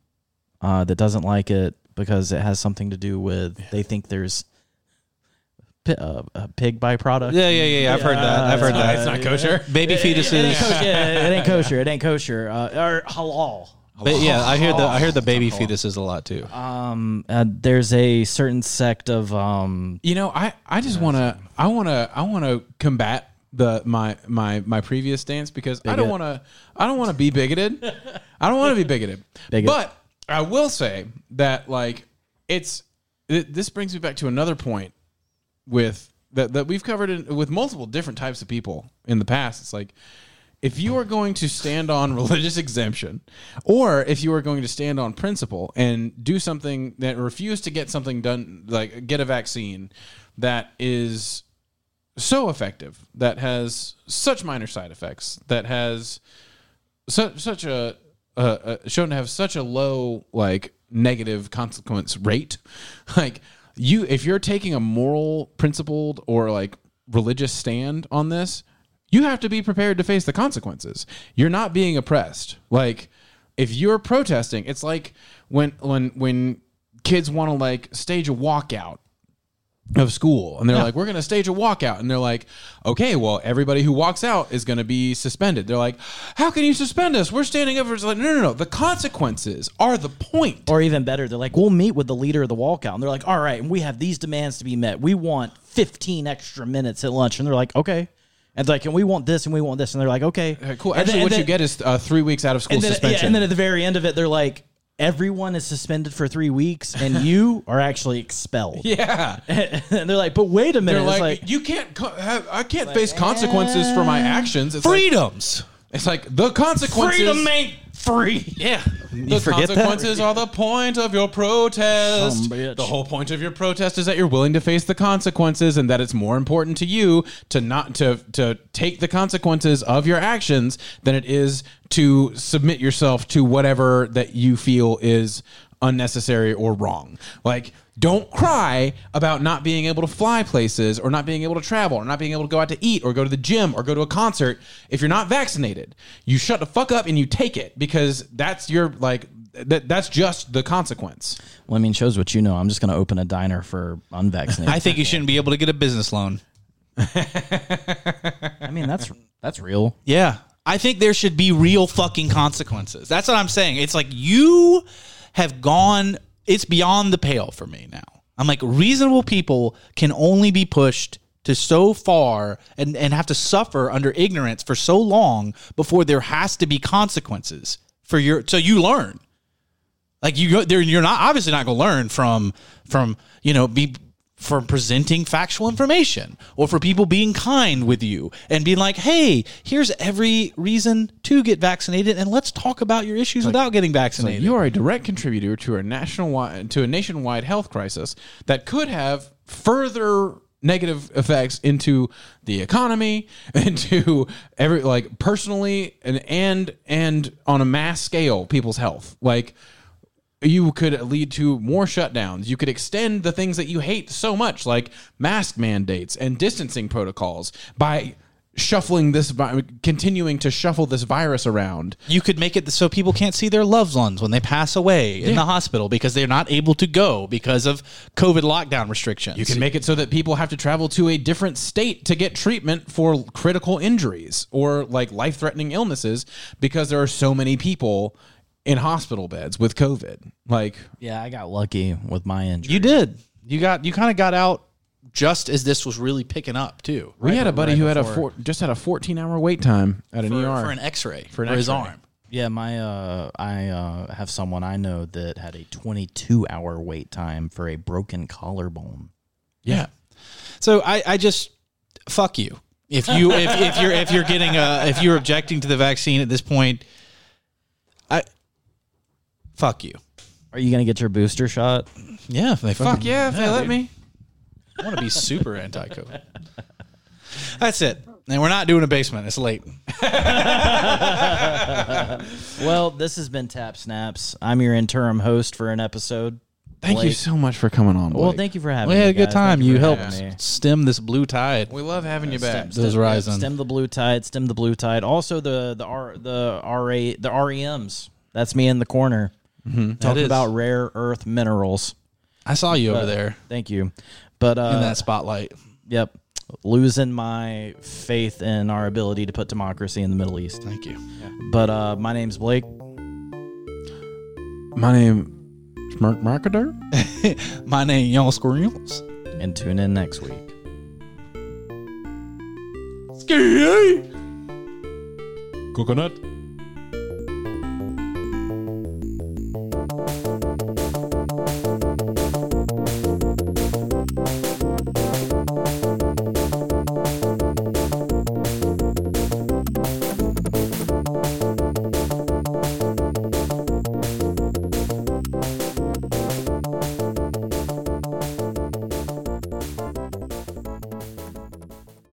Speaker 1: uh, that doesn't like it because it has something to do with they think there's pi- uh, a pig byproduct.
Speaker 3: Yeah, yeah, yeah. yeah. I've heard that. I've heard that.
Speaker 2: It's not kosher.
Speaker 3: Baby
Speaker 1: It ain't
Speaker 3: fetuses.
Speaker 1: kosher. It ain't kosher. It ain't kosher. Uh, or halal.
Speaker 3: But yeah, I hear the I hear the baby fetuses a lot too.
Speaker 1: Uh, there's a certain sect of um.
Speaker 2: You know, I, I just want to I want to I want to combat the my my my previous stance because I don't want to I don't want to be bigoted. I don't want to be bigoted.
Speaker 1: Bigot.
Speaker 2: But I will say that like it's th- this brings me back to another point with that that we've covered in, with multiple different types of people in the past. It's like if you are going to stand on religious exemption or if you are going to stand on principle and do something that refuse to get something done like get a vaccine that is so effective that has such minor side effects that has such such a uh, uh, shown to have such a low like negative consequence rate like you if you're taking a moral principled or like religious stand on this you have to be prepared to face the consequences you're not being oppressed like if you're protesting it's like when when when kids want to like stage a walkout of school and they're like we're going to stage a walkout and they're like okay well everybody who walks out is going to be suspended they're like how can you suspend us we're standing up for it's like no no no the consequences are the point
Speaker 1: Or even better, they're like, we'll meet with the leader of the walkout. And they're like, all right, and we have these demands to be met. We want 15 extra minutes at lunch. And they're like, okay. And they're like, and we want this and we want this. And they're like, okay.
Speaker 2: Okay, cool
Speaker 1: And
Speaker 2: actually
Speaker 1: then-
Speaker 2: what
Speaker 1: and
Speaker 2: you
Speaker 1: then-
Speaker 2: get is uh, three weeks out of school
Speaker 1: and then,
Speaker 2: suspension
Speaker 1: Yeah, and then at the very end of it, they're like, everyone is suspended for three weeks and you are actually expelled.
Speaker 2: yeah
Speaker 1: and they're like, but wait a minute.
Speaker 2: they're
Speaker 1: It's
Speaker 2: like,
Speaker 1: like, eh,
Speaker 2: you can't co- have, i can't face consequences for my actions it's like,
Speaker 3: Freedoms.
Speaker 2: it's like the consequences
Speaker 1: freedom ain't
Speaker 2: free.
Speaker 3: Yeah.
Speaker 2: The
Speaker 1: forget that?
Speaker 2: consequences are the point of your protest.
Speaker 1: Some bitch.
Speaker 2: The whole point of your protest is that you're willing to face the consequences and that it's more important to you to not to to take the consequences of your actions than it is to submit yourself to whatever that you feel is unnecessary or wrong. Like don't cry about not being able to fly places or not being able to travel or not being able to go out to eat or go to the gym or go to a concert if you're not vaccinated. You shut the fuck up and you take it because that's your like that that's just the consequence.
Speaker 1: Well, I mean, shows what you know. I'm just going to open a diner for unvaccinated.
Speaker 3: I think you shouldn't be able to get a business loan.
Speaker 1: I mean, that's that's real.
Speaker 3: Yeah. I think there should be real fucking consequences. That's what I'm saying. It's like you have gone, it's beyond the pale for me now. I'm like, reasonable people can only be pushed to so far and, and have to suffer under ignorance for so long before there has to be consequences for your, so you learn. Like you go there, you're not obviously not going to learn from from you know be from presenting factual information or for people being kind with you and being like, hey, here's every reason to get vaccinated and let's talk about your issues without getting vaccinated.
Speaker 2: You are a direct contributor to a national wi- to a nationwide health crisis that could have further negative effects into the economy, into every like personally and and and on a mass scale people's health. Like you could lead to more shutdowns. You could extend the things that you hate so much, like mask mandates and distancing protocols, by shuffling this, vi- continuing to shuffle this virus around.
Speaker 3: you could make it so people can't see their loved ones when they pass away in the hospital because they're not able to go because of COVID lockdown restrictions.
Speaker 2: You can make it so that people have to travel to a different state to get treatment for critical injuries or like life threatening illnesses because there are so many people in hospital beds with COVID. Like,
Speaker 1: Yeah, I got lucky with my injury.
Speaker 3: you did. You got you kind of got out just as this was really picking up too.
Speaker 2: we had a buddy who had a four, just had a 14 hour wait time at an ER.
Speaker 3: for an X-ray for, his
Speaker 2: X-ray.
Speaker 3: arm.
Speaker 1: Yeah, my uh, I uh, have someone I know that had a 22 hour wait time for a broken collarbone.
Speaker 2: yeah.
Speaker 3: So I, I just fuck you. If you if, if you're if you're getting a if you're objecting to the vaccine at this point, I fuck you.
Speaker 1: Are you gonna get your booster shot?
Speaker 3: Yeah, if they
Speaker 2: Fuck yeah, if they let me.
Speaker 3: I want to be super anti-COVID. That's it. And we're not doing a basement. It's late.
Speaker 1: Well, this has been Tap Snaps. I'm your interim host for an episode.
Speaker 2: Thank you
Speaker 1: Blake.
Speaker 2: so much for coming on.
Speaker 1: Well,
Speaker 2: Blake.
Speaker 1: thank you for having
Speaker 3: We
Speaker 1: me.
Speaker 3: had a good
Speaker 1: guys.
Speaker 3: time.
Speaker 1: Thank
Speaker 3: You
Speaker 1: for
Speaker 3: helped
Speaker 1: having me.
Speaker 3: stem this blue tide.
Speaker 2: We love having you back.
Speaker 3: Those
Speaker 1: Stem-
Speaker 3: rising.
Speaker 1: Stem the blue tide. Stem the blue tide. Also the the R the RA the REMs. That's me in the corner.
Speaker 3: Mm-hmm. That
Speaker 1: Talking
Speaker 3: is-
Speaker 1: about rare earth minerals.
Speaker 3: I saw you over there
Speaker 1: Thank you. But uh,
Speaker 3: in that spotlight.
Speaker 1: Yep. Losing my faith in our ability to put democracy in the Middle East.
Speaker 3: Thank you.
Speaker 1: But uh, my name's Blake.
Speaker 2: My name is Mark Marketer.
Speaker 3: My name y'all squirrels.
Speaker 1: and tune in next week.
Speaker 2: Coconut.